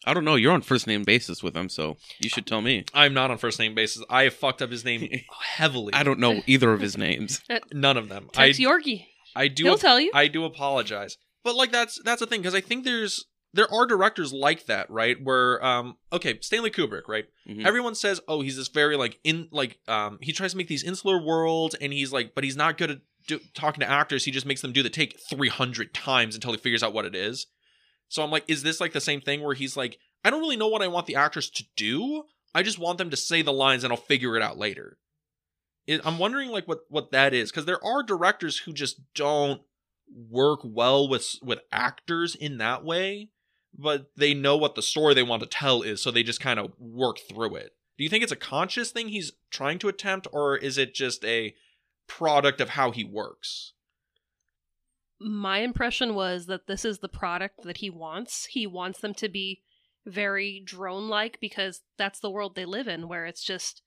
C: I don't know. You're on first name basis with him, so you should tell me.
A: I'm not on first name basis. I have fucked up his name heavily.
C: I don't know either of his names.
A: none of them. I
B: Text Yorkie.
A: I do
B: He'll
A: ap-
B: tell you.
A: I do apologize. But like that's that's the thing because I think there's there are directors like that, right? Where um okay, Stanley Kubrick, right?
C: Mhm.
A: Everyone says, "Oh, he's this very like in like um he tries to make these insular worlds and he's like but he's not good at do- talking to actors. He just makes them do the take 300 times until he figures out what it is." So I'm like, is this like the same thing where he's like, "I don't really know what I want the actors to do. I just want them to say the lines and I'll figure it out later." It, I'm wondering like what what that is because there are directors who just don't work well with with actors in that way but they know what the story they want to tell is so they just kind of work through it do you think it's a conscious thing he's trying to attempt or is it just a product of how he works
B: my impression was that this is the product that he wants. He wants them to be very drone like because that's the world they live in where it's just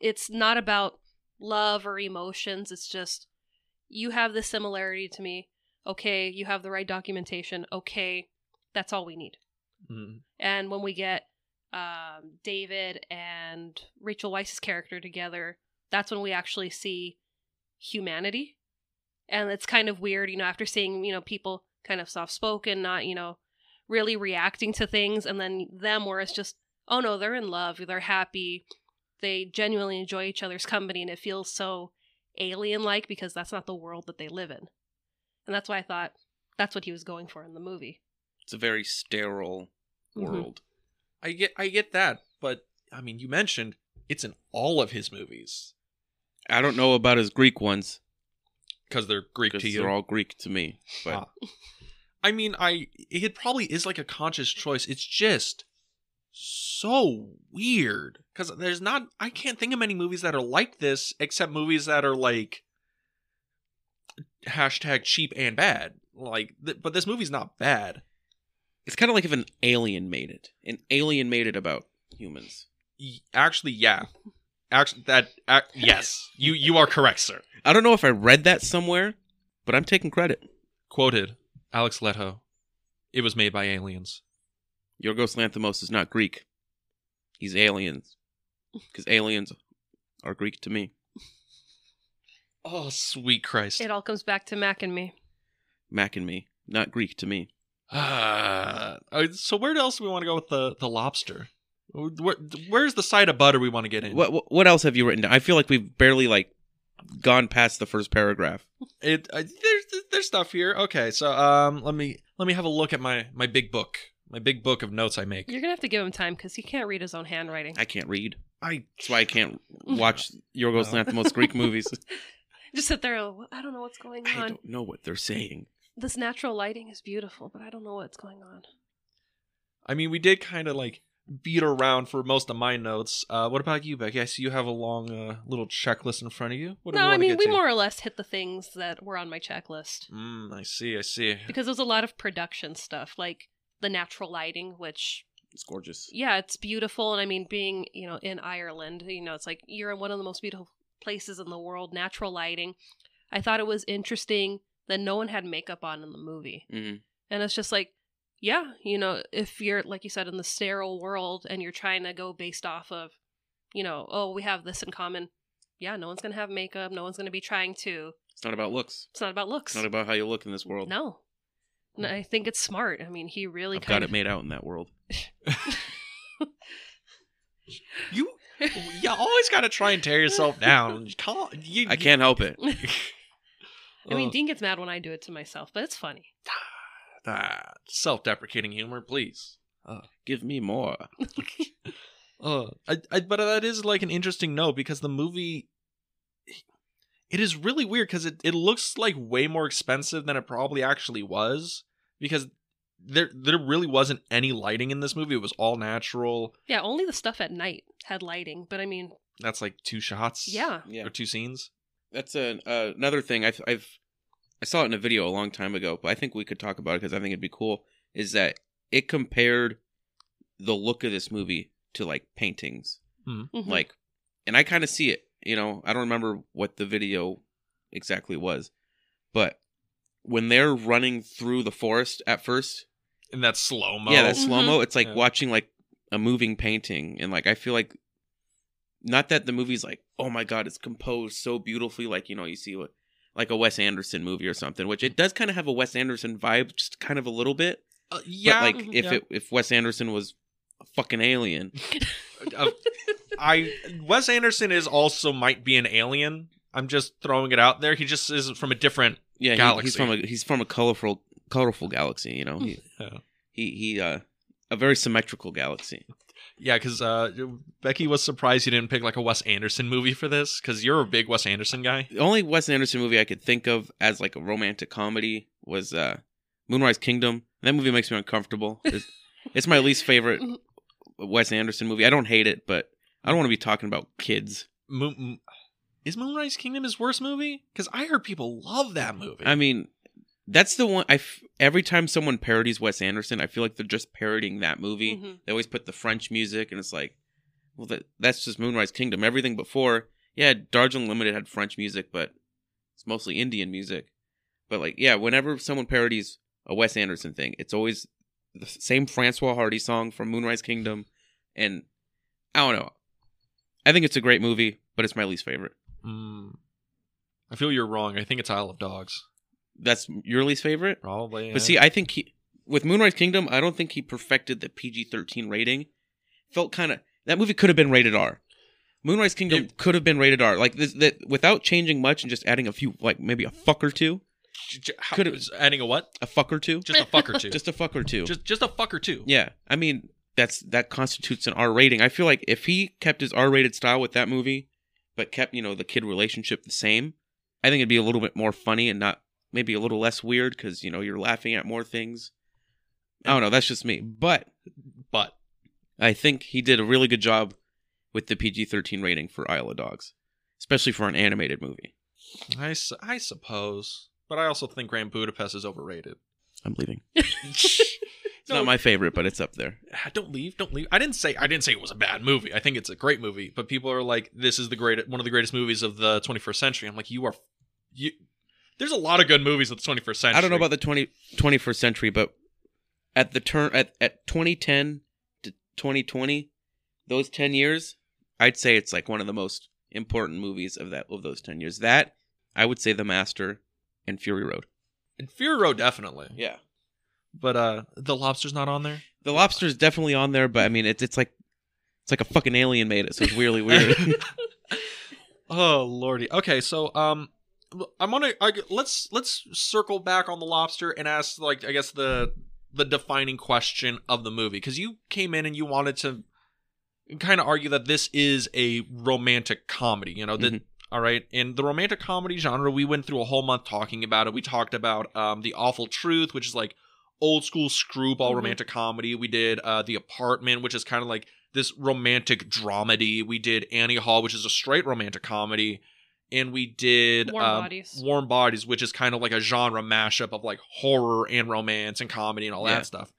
B: it's not about love or emotions. It's just you have this similarity to me. Okay, you have the right documentation. Okay, that's all we need.
C: Mm-hmm.
B: And when we get um, David and Rachel Weisz's character together, that's when we actually see humanity. And it's kind of weird, you know, after seeing, you know, people kind of soft spoken, not, you know, really reacting to things, and then them where it's just, oh no, they're in love, they're happy, they genuinely enjoy each other's company, and it feels so alien like because that's not the world that they live in. And that's why I thought That's what he was going for in the movie.
C: It's a very sterile
B: Mhm.
C: world.
A: I get I get that, but I mean, you mentioned it's in all of his movies
C: I don't know about his Greek ones
A: because they're Greek
C: because
A: to you.
C: they're all Greek to me. But
A: Ah. I mean, I it probably is like a conscious choice. It's just so weird because there's not. I can't think of many movies that are like this except movies that are like hashtag cheap and bad. Like, th- but this movie's not bad.
C: it's kind of like if an alien made it. An alien made it about humans.
A: Y- Actually, yeah. Actually, that ac yes, you you are correct, sir.
C: I don't know if I read that somewhere, but I'm taking credit.
A: Quoted Alex Leto. It was made by aliens.
C: Yorgos Lanthimos is not Greek. He's aliens. Because aliens are Greek to me.
A: Oh, sweet Christ!
B: It all comes back to Mac and me.
C: Mac and me, not Greek to me.
A: Ah, uh, so where else do we want to go with the the lobster? Where, where's the side of butter we want to get in?
C: What what- what else have you written down? I feel like we've barely like gone past the first paragraph.
A: It uh, there's there's stuff here. Okay, so um, let me let me have a look at my my big book, my big book of notes I make.
B: You're gonna have to give him time because he can't read his own handwriting.
C: I can't read.
A: I
C: That's why I can't watch Yorgos
A: No.
C: Lanthimos Greek movies.
B: Just sit there. oh, I don't know what's going
C: I
B: on.
C: don't know what they're saying.
B: This natural lighting is beautiful, but I don't know what's going on.
A: I mean, we did kind of like beat around for most of my notes. Uh, what about you, Becky? I see you have a long uh, little checklist in front of you. What do we
B: no, I
A: wanna
B: mean
A: get
B: we
A: to?
B: more or less hit the things that were on my checklist.
A: Mm, I see. I see.
B: because there's a lot of production stuff like the natural lighting which
C: It's gorgeous.
B: yeah it's beautiful and i mean being you know in ireland you know it's like you're in one of the most beautiful places in the world natural lighting i thought it was interesting that no one had makeup on in the movie
C: hmm
B: and it's just like yeah you know if you're like you said in the sterile world and you're trying to go based off of you know oh we have this in common yeah no one's gonna have makeup no one's gonna be trying to
C: It's not about looks.
B: it's not about looks
C: It's not about how you look in this world.
B: no. No, I think it's smart. I mean, he really
C: I've
B: kind
C: got
B: of
C: it made out in that world.
A: You you always got to try and tear yourself down. Call, you,
C: I can't help it.
B: I mean,
A: Ugh.
B: Dean gets mad when I do it to myself, but it's funny.
A: Ah, self-deprecating humor, please.
C: Give me more.
A: Uh, I, I, but that is like an interesting note because the movie, it is really weird because it, it looks like way more expensive than it probably actually was because there there really wasn't any lighting in this movie. It was all natural.
B: yeah, only the stuff at night had lighting, but I mean,
A: That's like two shots.
B: yeah.
C: Yeah.
A: or two scenes.
C: That's an uh, another thing I've, I've I saw it in a video a long time ago, but I think we could talk about it because I think it'd be cool. Is that it compared the look of this movie to like paintings,
B: Mhm.
C: like, and I kind of see it. You know, I don't remember what the video exactly was, but when they're running through the forest at first,
A: And that's Uh, slow mo.
C: yeah, that slow mo. It's like
A: Yeah.
C: watching like a moving painting, and like I feel like not that the movie's like, oh my god, it's composed so beautifully, like you know, you see what like a Wes Anderson movie or something, which it does kind of have a Wes Anderson vibe, just kind of a little bit.
A: Uh, yeah,
C: but like if
A: yeah.
C: it if Wes Anderson was a fucking alien,
A: Uh, I Wes Anderson is also might be an alien. I'm just throwing it out there. He just isn't from a different
C: yeah, he,
A: Galaxy.
C: he's from a he's from a colorful colorful galaxy, you know, he
A: Yeah.
C: he, he uh a very symmetrical galaxy.
A: Yeah, because uh, Becky was surprised you didn't pick like a Wes Anderson movie for this, because you're a big Wes Anderson guy.
C: The only Wes Anderson movie I could think of as like a romantic comedy was uh, Moonrise Kingdom. That movie makes me uncomfortable. It's, it's my least favorite Wes Anderson movie. I don't hate it, but I don't want to be talking about kids.
A: Moon- m- is Moonrise Kingdom his worst movie? Because I heard people love that movie.
C: I mean, that's the one. I f- every time someone parodies Wes Anderson, I feel like they're just parodying that movie.
B: Mhm.
C: They always put the French music, and it's like, well, that that's just Moonrise Kingdom. Everything before, yeah, Darjeeling Limited had French music, but it's mostly Indian music. But like, yeah, whenever someone parodies a Wes Anderson thing, it's always the same Francois Hardy song from Moonrise Kingdom, and I don't know. I think it's a great movie, but it's my least favorite.
A: Mm. I feel you're wrong. I think it's Isle of Dogs,
C: That's your least favorite.
A: probably. yeah.
C: But see, I think he with Moonrise Kingdom, I don't think he perfected the PG thirteen rating. Felt kind of that movie could have been rated R. Moonrise Kingdom could have been rated R. Like this, that without changing much and just adding a few, like maybe a fuck or two.
A: J- j- how-
C: Could've-
A: adding a what?
C: A fuck or two.
A: Just a fuck or two.
C: Just a fuck or two.
A: just just a fuck or two.
C: Yeah, I mean that's that constitutes an R rating. I feel like if he kept his R rated style with that movie, but kept you know the kid relationship the same, I think it'd be a little bit more funny and not maybe a little less weird because you know you're laughing at more things. I don't know. That's just me, but
A: But
C: I think he did a really good job with the PG thirteen rating for Isle of Dogs, especially for an animated movie.
A: I, su- I suppose. But I also think Grand Budapest is overrated.
C: I'm leaving. It's
A: No.
C: not my favorite, but it's up there.
A: Ah, Don't leave, don't leave. I didn't say I didn't say it was a bad movie. I think it's a great movie. But people are like, this is the great one of the greatest movies of the 21st century. I'm like, you are, you. There's a lot of good movies of the 21st century.
C: I don't know about the 20, 21st century, but at the turn at, at 2010 to 2020, those 10 years, I'd say it's like one of the most important movies of that of those 10 years. That I would say The Master and Fury Road.
A: and Fury Road definitely.
C: Yeah.
A: But uh, the lobster's not on there.
C: The Lobster is definitely on there, but I mean it's it's like it's like a fucking alien made it, so it's weirdly weird.
A: oh lordy. Okay, so um, I'm gonna I, let's let's circle back on the lobster and ask like I guess the the defining question of the movie because you came in and you wanted to kind of argue that this is a romantic comedy. You know that.
C: Mhm.
A: all right, in the romantic comedy genre, we went through a whole month talking about it. We talked about um, the awful truth, which is like old school screwball
B: Mhm.
A: romantic comedy. We did uh, the apartment, which is kind of like this romantic dramedy. We did Annie Hall, which is a straight romantic comedy, and we did
B: Warm
C: uh,
A: um,
B: Bodies.
A: Warm Bodies, which is kind of like a genre mashup of like horror and romance and comedy and all
C: Yeah.
A: that stuff.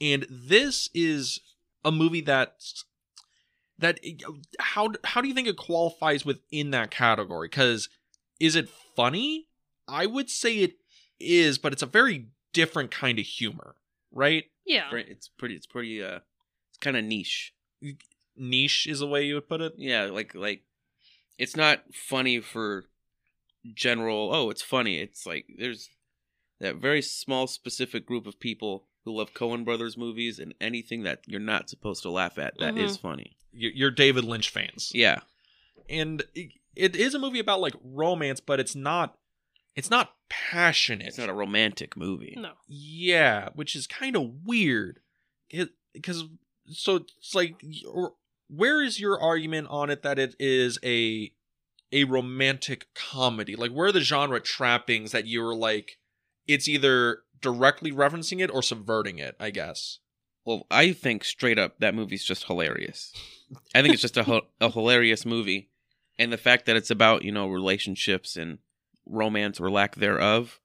A: And this is a movie that's that how how do you think it qualifies within that category? Because is it funny? I would say it is, but it's a very different kind of humor, right?
B: Yeah.
C: it's pretty it's pretty uh it's kind of niche.
A: Niche is the way you would put it.
C: Yeah, like like it's not funny for general, oh, it's funny. It's like there's that very small specific group of people who love Coen Brothers movies and anything that you're not supposed to laugh at that is funny.
A: You- You're David Lynch fans.
C: Yeah.
A: and it, it is a movie about like romance but it's not it's not passionate
C: It's not a romantic movie.
B: No.
A: yeah which is kind of weird because so it's like or- where is your argument on it that it is a a romantic comedy like where are the genre trappings that you were like it's either directly referencing it or subverting it i guess
C: Well, I think straight up that movie's just hilarious. I think it's just a, hu- a hilarious movie. And the fact that it's about, you know, relationships and romance or lack thereof,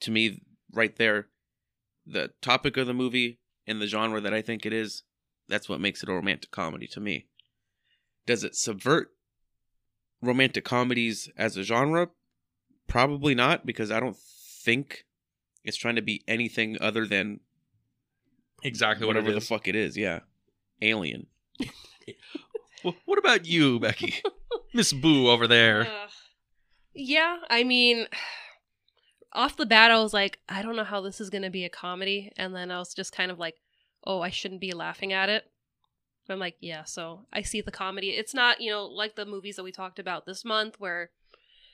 C: to me, right there, the topic of the movie and the genre that I think it is, that's what makes it a romantic comedy to me. Does it subvert romantic comedies as a genre? Probably not, because I don't think it's trying to be anything other than
A: exactly
C: whatever the fuck it is. Yeah, Alien.
A: fuck what about you becky miss boo over there
B: Ugh. yeah, I mean, off the bat, I was like, I don't know how this is going to be a comedy. And then I was just kind of like, oh, I shouldn't be laughing at it. But I'm like, yeah, so I see the comedy. It's not, you know, like the movies that we talked about this month where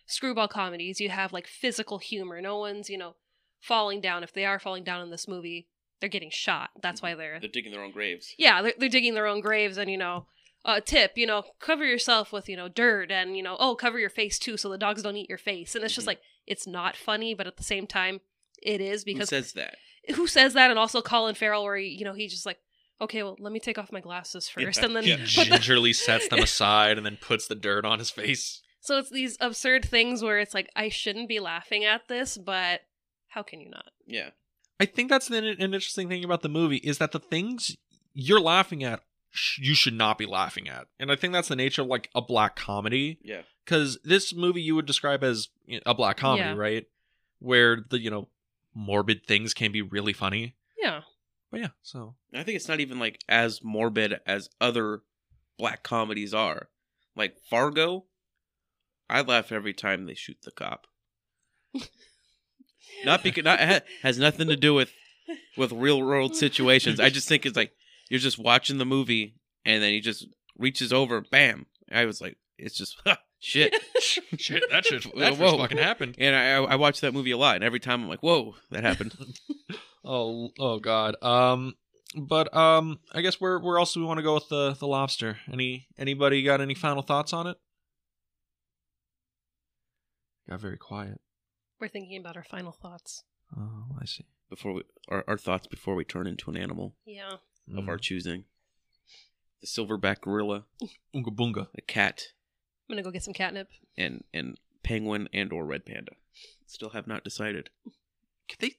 B: screwball comedies, you have like physical humor. No one's, you know, falling down. If they are falling down in this movie, they're getting shot. That's why they're
C: They're digging their own graves.
B: yeah they're, they're digging their own graves and you know uh, tip you know cover yourself with you know dirt and you know oh cover your face too so the dogs don't eat your face and it's just
C: Mhm.
B: like it's not funny but at the same time it is because
C: Who says that?
B: who says that and also colin farrell where he, you know he just like okay well let me take off my glasses
C: Yeah,
B: first and then
A: He
C: yeah.
B: put the-
A: gingerly sets them aside and then puts the dirt on his face.
B: so it's these absurd things where it's like i shouldn't be laughing at this but how can you not
C: Yeah,
A: I think that's an, an interesting thing about the movie is that the things you're laughing at, sh- you should not be laughing at. And I think that's the nature of like a black comedy
C: yeah.
A: because this movie you would describe as you know, a black comedy,
B: Yeah.
A: right? Where the you know morbid things can be really funny.
B: yeah
A: But yeah, so
C: And I think it's not even like as morbid as other black comedies are. Like Fargo, I laugh every time they shoot the cop. not because not ha- has nothing to do with with real world situations. I just think it's like you're just watching the movie and then he just reaches over, bam. I was like, it's just Shit.
A: shit, that shit, that
C: Whoa.
A: just fucking happened.
C: and I, I watched that movie a lot, and every time I'm like, "Whoa, that happened."
A: Oh, oh God. Um, but um, I guess where where else do we want to go with the the lobster? Any anybody got any final thoughts on it? Got very quiet.
B: We're thinking about our final thoughts.
A: Oh, I see.
C: before we, our, our thoughts before we turn into an animal
B: Yeah.
A: Mm.
C: of
A: Mm-hmm.
C: our choosing, the silverback gorilla,
A: Oonga boonga.
C: a cat,
B: I'm gonna go get some catnip.
C: and and penguin and or red panda. Still have not decided.
A: Could they?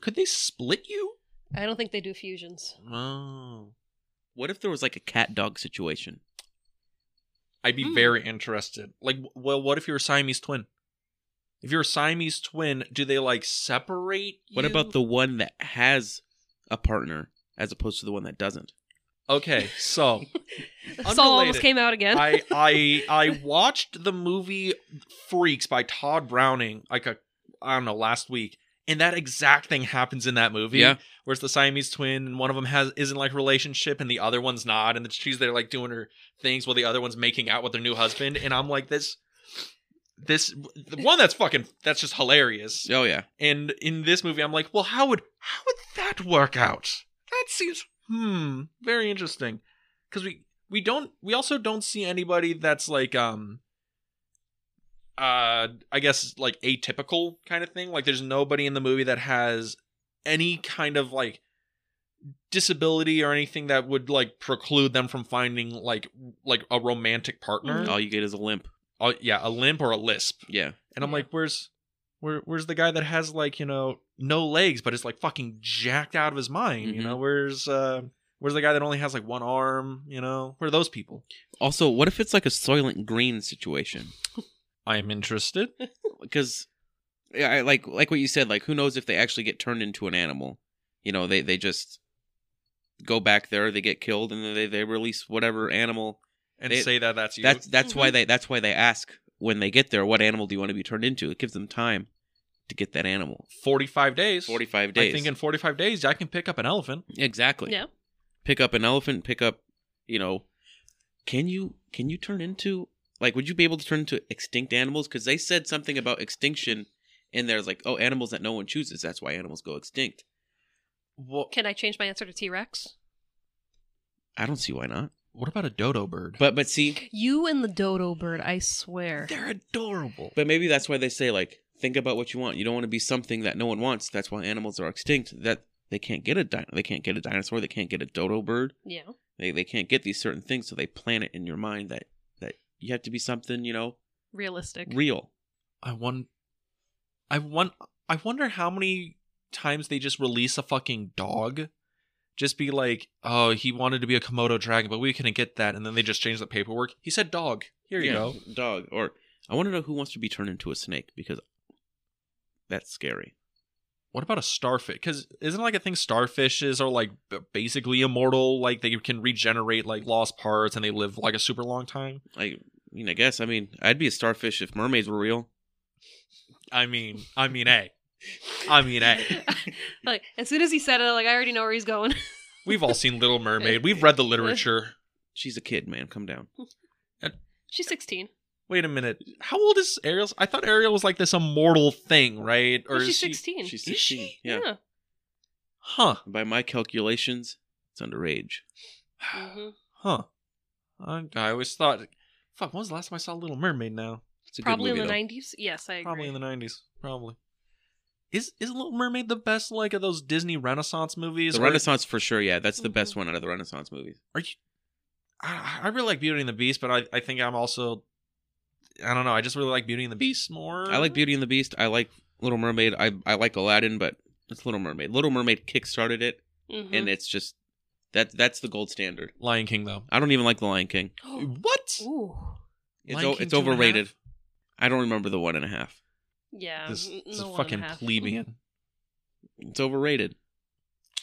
A: Could they split you?
B: I don't think they do fusions.
A: Oh,
C: What if there was like a cat dog situation?
A: I'd be
B: Hmm.
A: very interested. Like, w- well, what if you're a Siamese twin? If you're a Siamese twin, do they like separate?
C: What
A: you?
C: about the one that has a partner as opposed to the one that doesn't?
A: Okay, so
B: Saul almost
A: Unrelated.
B: came out again.
A: I I I watched the movie Freaks by Todd Browning like a I don't know last week, and that exact thing happens in that movie.
C: Yeah.
A: where it's the Siamese twin, and one of them has isn't like relationship, and the other one's not, and she's there like doing her things while the other one's making out with their new husband, and I'm like this. This the one that's fucking that's just hilarious.
C: Oh yeah.
A: And in this movie, I'm like, well, how would how would that work out? That seems hmm very interesting because we we don't we also don't see anybody that's like um uh I guess like atypical kind of thing. Like there's nobody in the movie that has any kind of like disability or anything that would like preclude them from finding like like a romantic partner.
C: All you get is a limp.
A: Oh, yeah, a limp or a lisp.
C: Yeah.
A: And I'm
B: Yeah.
A: like, where's where where's the guy that has like, you know, no legs but is like fucking jacked out of his mind, you
C: Mhm.
A: know? Where's uh where's the guy that only has like one arm, you know? Where are those people?
C: Also, what if it's like a Soylent Green situation?
A: I am interested.
C: Because yeah, I, like like what you said, like who knows if they actually get turned into an animal? You know, they they just go back there, they get killed, and then they, they release whatever animal
A: And
C: They-
A: say that that's you.
C: That's that's why
B: Mhm.
C: they that's why they ask when they get there what animal do you want to be turned into. It gives them time to get that animal.
A: 45 days.
C: Forty five days.
A: I think in 45 days I can pick up an elephant.
C: exactly.
B: yeah.
C: Pick up an elephant. Pick up. You know, can you can you turn into like would you be able to turn into extinct animals? Because they said something about extinction, and there's like oh animals that no one chooses. That's why animals go extinct.
A: What
B: Can I change my answer to T Rex?
C: I don't see why not.
A: what about a dodo bird?
C: But but see,
B: You and the dodo bird, I swear.
A: They're adorable.
C: but maybe that's why they say like think about what you want. You don't want to be something that no one wants. That's why animals are extinct. That they can't get a di- they can't get a dinosaur. They can't get a dodo bird.
B: Yeah.
C: they they can't get these certain things so they plant it in your mind that that you have to be something you know
B: Realistic.
C: real
A: I won I won I wonder how many times they just release a fucking dog. Just be like, oh, he wanted to be a Komodo dragon, but we couldn't get that, and then they just change the paperwork. He said dog. Here you
C: Yeah,
A: go.
C: dog or i want to know who wants to be turned into a snake because that's scary
A: What about a starfish? Because isn't it like a thing starfishes are like b- basically immortal, like they can regenerate like lost parts and they live like a super long time.
C: i mean i guess i mean i'd be a starfish if mermaids were real
A: I mean, I mean, a, I mean, a.
B: like as soon as he said it, like I already know where he's going.
A: We've all seen Little Mermaid. We've read the literature.
C: she's a kid man come down
B: She's 16.
A: Wait a minute. How old is Ariel? I thought Ariel was like this immortal thing, right?
B: Well,
A: is
B: she's
A: she-
B: 16.
C: she's
A: Is
C: 16
A: she?
C: yeah.
A: Huh.
C: by my calculations it's underage
B: hmm
A: Huh. I, I always thought, fuck, when was the last time I saw Little Mermaid now?
C: it's a
B: Probably
C: good
B: in
C: movie,
B: the
C: though.
B: 90s. Yes, I agree.
A: Probably in the 90s. Probably. Is is Little Mermaid the best, like, of those Disney Renaissance movies?
C: the
A: Or-
C: renaissance for sure yeah that's the best
B: Mhm.
C: one out of the renaissance movies
A: Are you. I, I really like Beauty and the Beast, but I, I think I'm also. I don't know. I just really like Beauty and the Beast more.
C: i like beauty and the beast i like little mermaid i, I like aladdin but it's little mermaid little mermaid kick-started it
B: Mhm.
C: and it's just that that's the gold standard.
A: Lion King, though.
C: I don't even like The Lion King.
B: Oh,
A: What?
B: Ooh.
C: It's
A: Lion
C: o-
A: King
C: it's
A: two and a half?
C: overrated. I don't remember the one and a half.
B: Yeah.
A: This,
B: n-
A: this
B: no one Mm-hmm.
A: fucking
B: and a half.
A: plebeian.
C: It's overrated.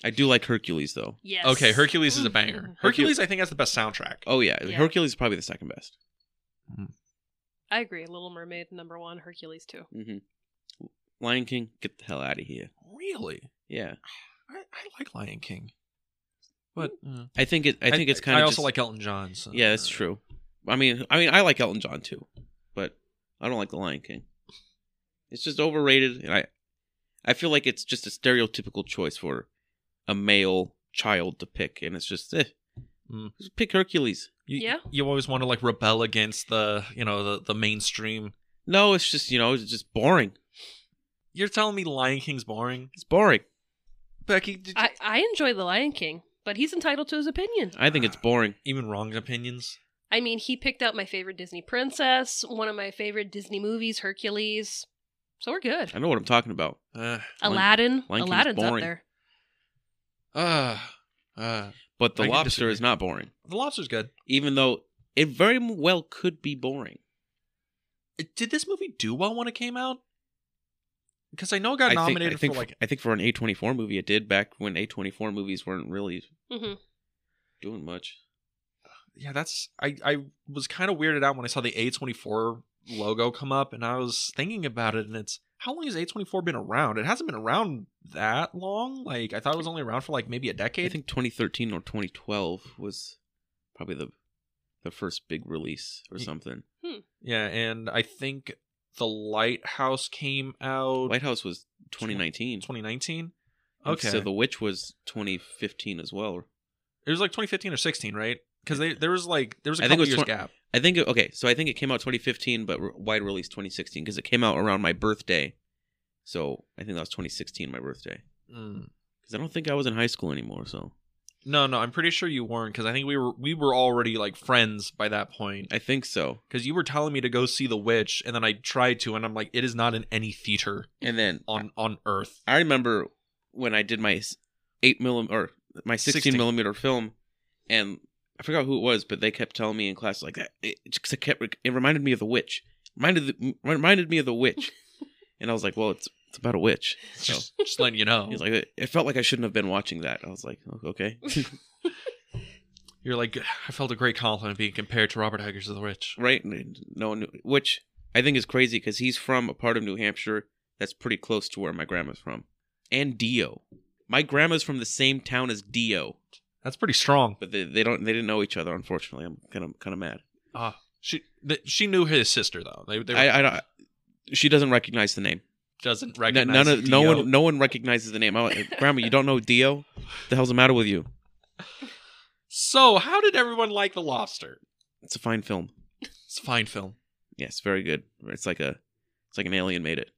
C: I do like Hercules though.
B: Yes. Mm-hmm.
A: Okay, Hercules is a banger. Hercules, I think, has the best soundtrack.
C: Oh yeah,
B: Yeah.
C: Hercules is probably the second best.
B: I agree. Little Mermaid number one, Hercules two.
C: hmm
A: Mm-hmm.
C: Lion King, get the hell out of here.
A: Really?
C: Yeah,
A: I, I like Lion King. But uh,
C: I think it. I think it's kind
A: I
C: of.
A: also like Elton John. So,
C: Yeah, that's
A: uh,
C: true. I mean, I mean, I like Elton John too, but I don't like The Lion King. It's just overrated, and I, I feel like it's just a stereotypical choice for a male child to pick, and it's just, eh,
A: Mm.
C: just pick Hercules.
A: You,
B: Yeah.
A: You always want to like rebel against the you know the the mainstream.
C: No, it's just you know, it's just boring.
A: You're telling me Lion King's boring,
C: It's boring.
A: Becky? Did you,
B: I, I enjoy The Lion King, but he's entitled to his opinion.
C: I think it's boring.
A: even wrong opinions.
B: I mean, he picked out my favorite Disney princess, one of my favorite Disney movies, Hercules. So we're good.
C: I know what I'm talking about.
A: Uh,
C: Lion-
B: Aladdin.
C: Lion King's
B: Aladdin's up
C: boring.
B: there.
A: uh, uh,
C: But the
A: I can
C: lobster is
A: disagree.
C: not boring,
A: the lobster's good.
C: even though it very well could be boring.
A: Uh, Did this movie do well when it came out? Because I know it got
C: I think-
A: nominated
C: I think,
A: for like
C: I think for an A24 movie, it did back when A24 movies weren't really
B: hmm
C: doing much.
A: yeah, that's I I was kind of weirded out when I saw the A24 logo come up and I was thinking about it and it's how long has A24 been around? It hasn't been around that long. Like I thought it was only around for like maybe a
C: I
A: decade.
C: think 2013 or 2012 was probably the the first big release or
A: Ye-
C: something.
A: yeah, and I think The Lighthouse came out
C: White House was 2019.
A: 2019.
C: and
A: Okay.
C: So The Witch was 2015 as well.
A: it was like 2015 or 16, right? Cuz they there was like there was a
C: I
A: couple
C: think it was
A: years
C: twen-
A: gap.
C: I think it- okay, so I think it came out 2015, but re- wide release 2016 because it came out around my birthday. So I think that was 2016, my birthday.
A: Mm.
C: Because I don't think I was in high school anymore. So
A: No, no, I'm pretty sure you weren't cuz I think we were we were already like friends by that point.
C: I think so.
A: because you were telling me to go see The Witch, and then I tried to, and I'm like, it is not in any theater
C: And then
A: on on Earth.
C: I remember when I did my s- eight millim or my sixteen
A: 16.
C: millimeter film, and I forgot who it was, but they kept telling me in class like that. It, it just kept it reminded me of the witch. Reminded the, reminded me of the witch, and I was like, well, it's it's about a witch. So
A: Just, just letting you know.
C: he's like, it, it felt like I shouldn't have been watching that. I was like, "Oh, okay.
A: You're like, I felt a great compliment being compared to Robert Eggers of The Witch.
C: right? And No one, knew- which I think is crazy because he's from a part of New Hampshire that's pretty close to where my grandma's from, and Dio. My grandma's from the same town as Dio,
A: That's pretty strong.
C: but they, they don't they didn't know each other. Unfortunately, I'm kind of kind of mad.
A: Uh, she th- she knew his sister though. They, they
C: I, I don't. She doesn't recognize the name.
A: doesn't
C: N-
A: recognize
C: None of no
A: Dio.
C: one no one recognizes the name. Oh, Grandma, you don't know Dio? The hell's the matter with you?
A: So how did everyone like The Lobster?
C: It's a fine film.
A: It's a fine film.
C: Yes, very good. It's like a it's like an alien made it.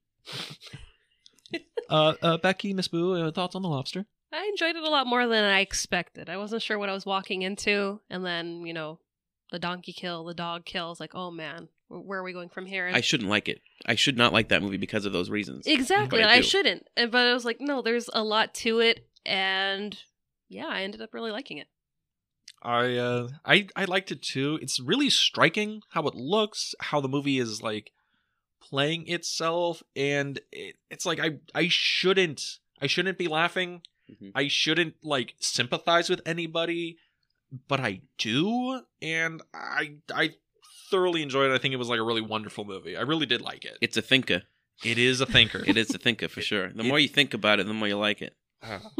A: Uh, uh Becky, Miss Boo, uh, thoughts on The Lobster?
B: I enjoyed it a lot more than I expected. I wasn't sure what I was walking into, and then you know, the donkey kill, the dog kill. I was like, oh man, wh- where are we going from here? And
C: I shouldn't like it. I should not like that movie because of those reasons.
B: exactly, and
C: but I
B: I,
C: do.
B: shouldn't. And- But I was like, no, there's a lot to it, and yeah, I ended up really liking it.
A: I uh I I liked it too. It's really striking how it looks, how the movie is like playing itself and it, it's like I I shouldn't I shouldn't be laughing.
C: Mhm.
A: I shouldn't like sympathize with anybody, but I do and I I thoroughly enjoyed it. I think it was like a really wonderful movie. I really did like it.
C: It's a thinker.
A: it is a thinker.
C: It is a thinker for sure. The more you think about it, the more you like it.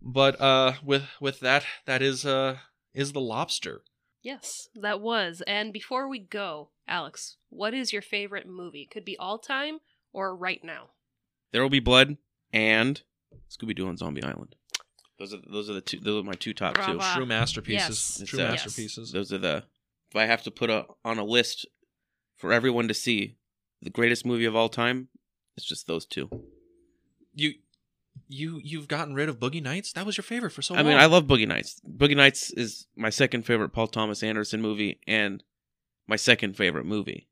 A: But uh with with that that is uh is the lobster.
B: Yes, that was. And before we go, Alex, what is your favorite movie? Could be all time or right now.
C: There will be blood and Scooby Doo on Zombie Island. Those are those are the two. Those are my two top two.
B: Bravo. Ah,
A: True masterpieces.
B: yes.
A: True
C: It's, uh,
A: masterpieces.
C: Those are the. If I have to put a, on a list for everyone to see, the greatest movie of all time, it's just those two.
A: you you you've gotten rid of Boogie Nights. That was your favorite for so
C: I
A: long.
C: mean, I love Boogie Nights. Boogie Nights is my second favorite Paul Thomas Anderson movie and my second favorite movie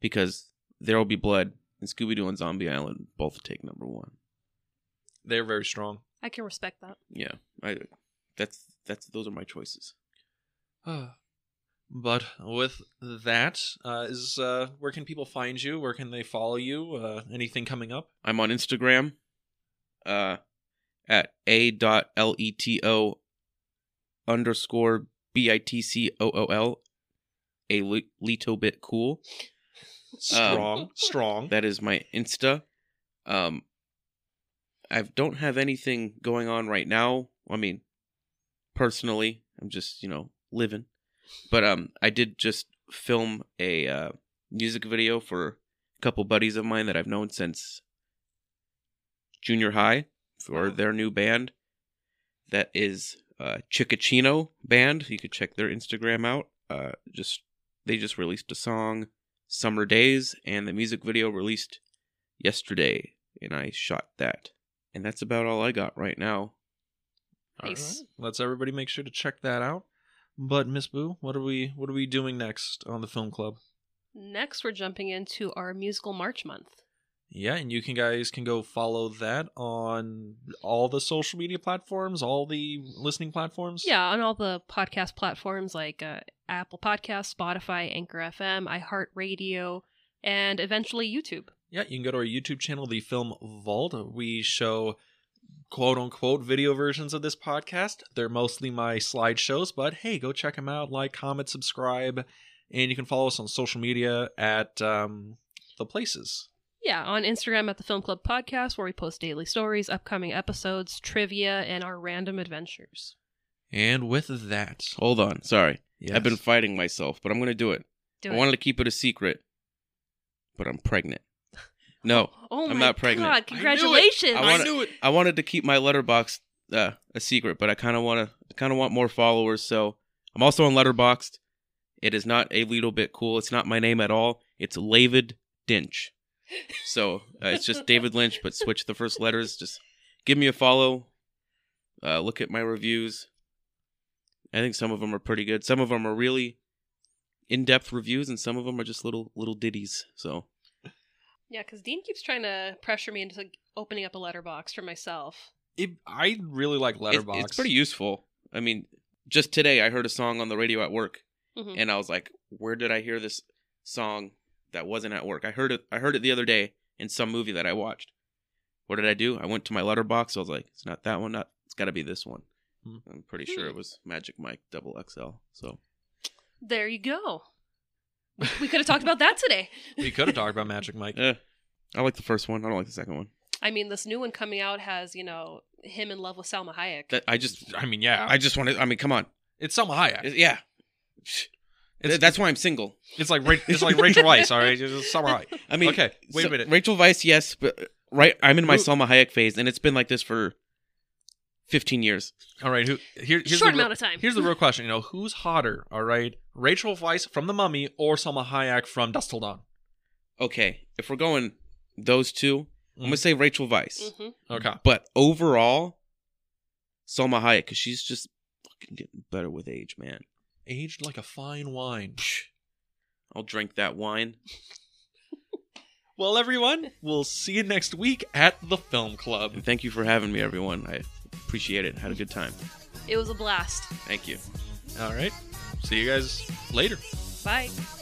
C: because There Will Be Blood and Scooby Doo and Zombie Island both take number one.
A: They're very strong.
B: I can respect that.
C: Yeah, I. That's that's those are my choices.
A: but with that, uh, is uh, where can people find you? Where can they follow you? Uh, anything coming up?
C: I'm on Instagram uh at a dot l e t o underscore b i t c o o l a li- little bit cool.
A: Strong, strong.
C: That is my Insta. Um I don't have anything going on right now. I mean, personally, I'm just, you know, living. But um I did just film a uh, music video for a couple buddies of mine that I've known since junior high for their new band. That is uh, Chicachino Band. You could check their Instagram out. Uh, just they just released a song, "Summer Days," and the music video released yesterday, and I shot that. And that's about all I got right now.
A: All
B: Nice.
A: right. Let's everybody make sure to check that out. But Miss Boo, what are we what are we doing next on the film club?
B: Next, we're jumping into our musical March month.
A: Yeah, and you can guys can go follow that on all the social media platforms, all the listening platforms.
B: Yeah, on all the podcast platforms like uh, Apple Podcasts, Spotify, Anchor FM, iHeartRadio, and eventually YouTube.
A: Yeah, you can go to our YouTube channel, The Film Vault. We show quote unquote video versions of this podcast. They're mostly my slideshows, but hey, go check them out. Like, comment, subscribe, and you can follow us on social media at um, the places.
B: Yeah, on Instagram at the Film Club Podcast, where we post daily stories, upcoming episodes, trivia, and our random adventures.
A: And with that,
C: Hold on, sorry,
A: yes.
C: I've been fighting myself, but I'm gonna do it.
B: Do
C: I
B: it.
C: wanted to keep it a secret, but I'm pregnant. No,
B: oh
C: I'm
B: my
C: not pregnant.
B: God, congratulations.
C: I wanna-
A: knew it.
C: I wanted to keep my letterbox uh, a secret, but I kind of want to, I kind of want more followers. So I'm also on Letterboxd. It is not a little bit cool. It's not my name at all. It's David Dinch. So uh, it's just David Lynch, but switch the first letters. Just give me a follow. Uh, look at my reviews. I think some of them are pretty good. Some of them are really in-depth reviews, and some of them are just little little ditties. So
B: Yeah, because Dean keeps trying to pressure me into opening up a letterbox for myself.
A: It- I really like
C: it's,
A: Letterbox.
C: it's pretty useful. I mean, just today I heard a song on the radio at work,
A: Mm-hmm.
B: Mhm.
C: and I was like, "Where did I hear this song that wasn't at work?" I heard it. I heard it the other day in some movie that I watched. What did I do? I went to my letterbox. I was like, "It's not that one. Not. It's got to be this one."
A: Hmm.
C: I'm pretty sure it
B: Hmm.
C: was Magic Mike Double XL. So
B: There you go. We could have talked about that today.
A: we could have talked about Magic Mike.
C: eh, I like the first one. I don't like the second one.
B: I mean, this new one coming out has, you know, him in love with Salma Hayek.
C: That I just.
A: I mean, yeah,
C: I just wanted. I mean, come on.
A: it's Selma Hayek.
C: It- yeah.
A: It's,
C: That's why I'm single.
A: it's like Ra- it's like Rachel Rice. All right, it's Selma Hayek.
C: I mean,
A: okay, wait
C: So,
A: a minute.
C: Rachel Vice, yes, but uh, right, I'm in my
A: Who-
C: Selma Hayek phase, and it's been like this for 15 years.
A: all right, who here, here's
B: Short
A: the real-
B: amount of time.
A: Here's the real question. You know, who's hotter? All right, Rachel Weisz from The Mummy or Selma Hayek from Dust Till Dawn?
C: Okay, if we're going those 2 i I'm gonna
A: Mm.
C: say Rachel Vice,
B: hmm
A: Okay,
C: but overall, Selma Hayek, because she's just fucking getting better with age, man.
A: aged like a fine wine.
C: I'll drink that wine.
A: Well, everyone, we'll see you next week at the Film Club.
C: And thank you for having me, everyone. I appreciate it. Had a good time.
B: It was a blast.
C: Thank you.
A: All right, see you guys later.
B: Bye.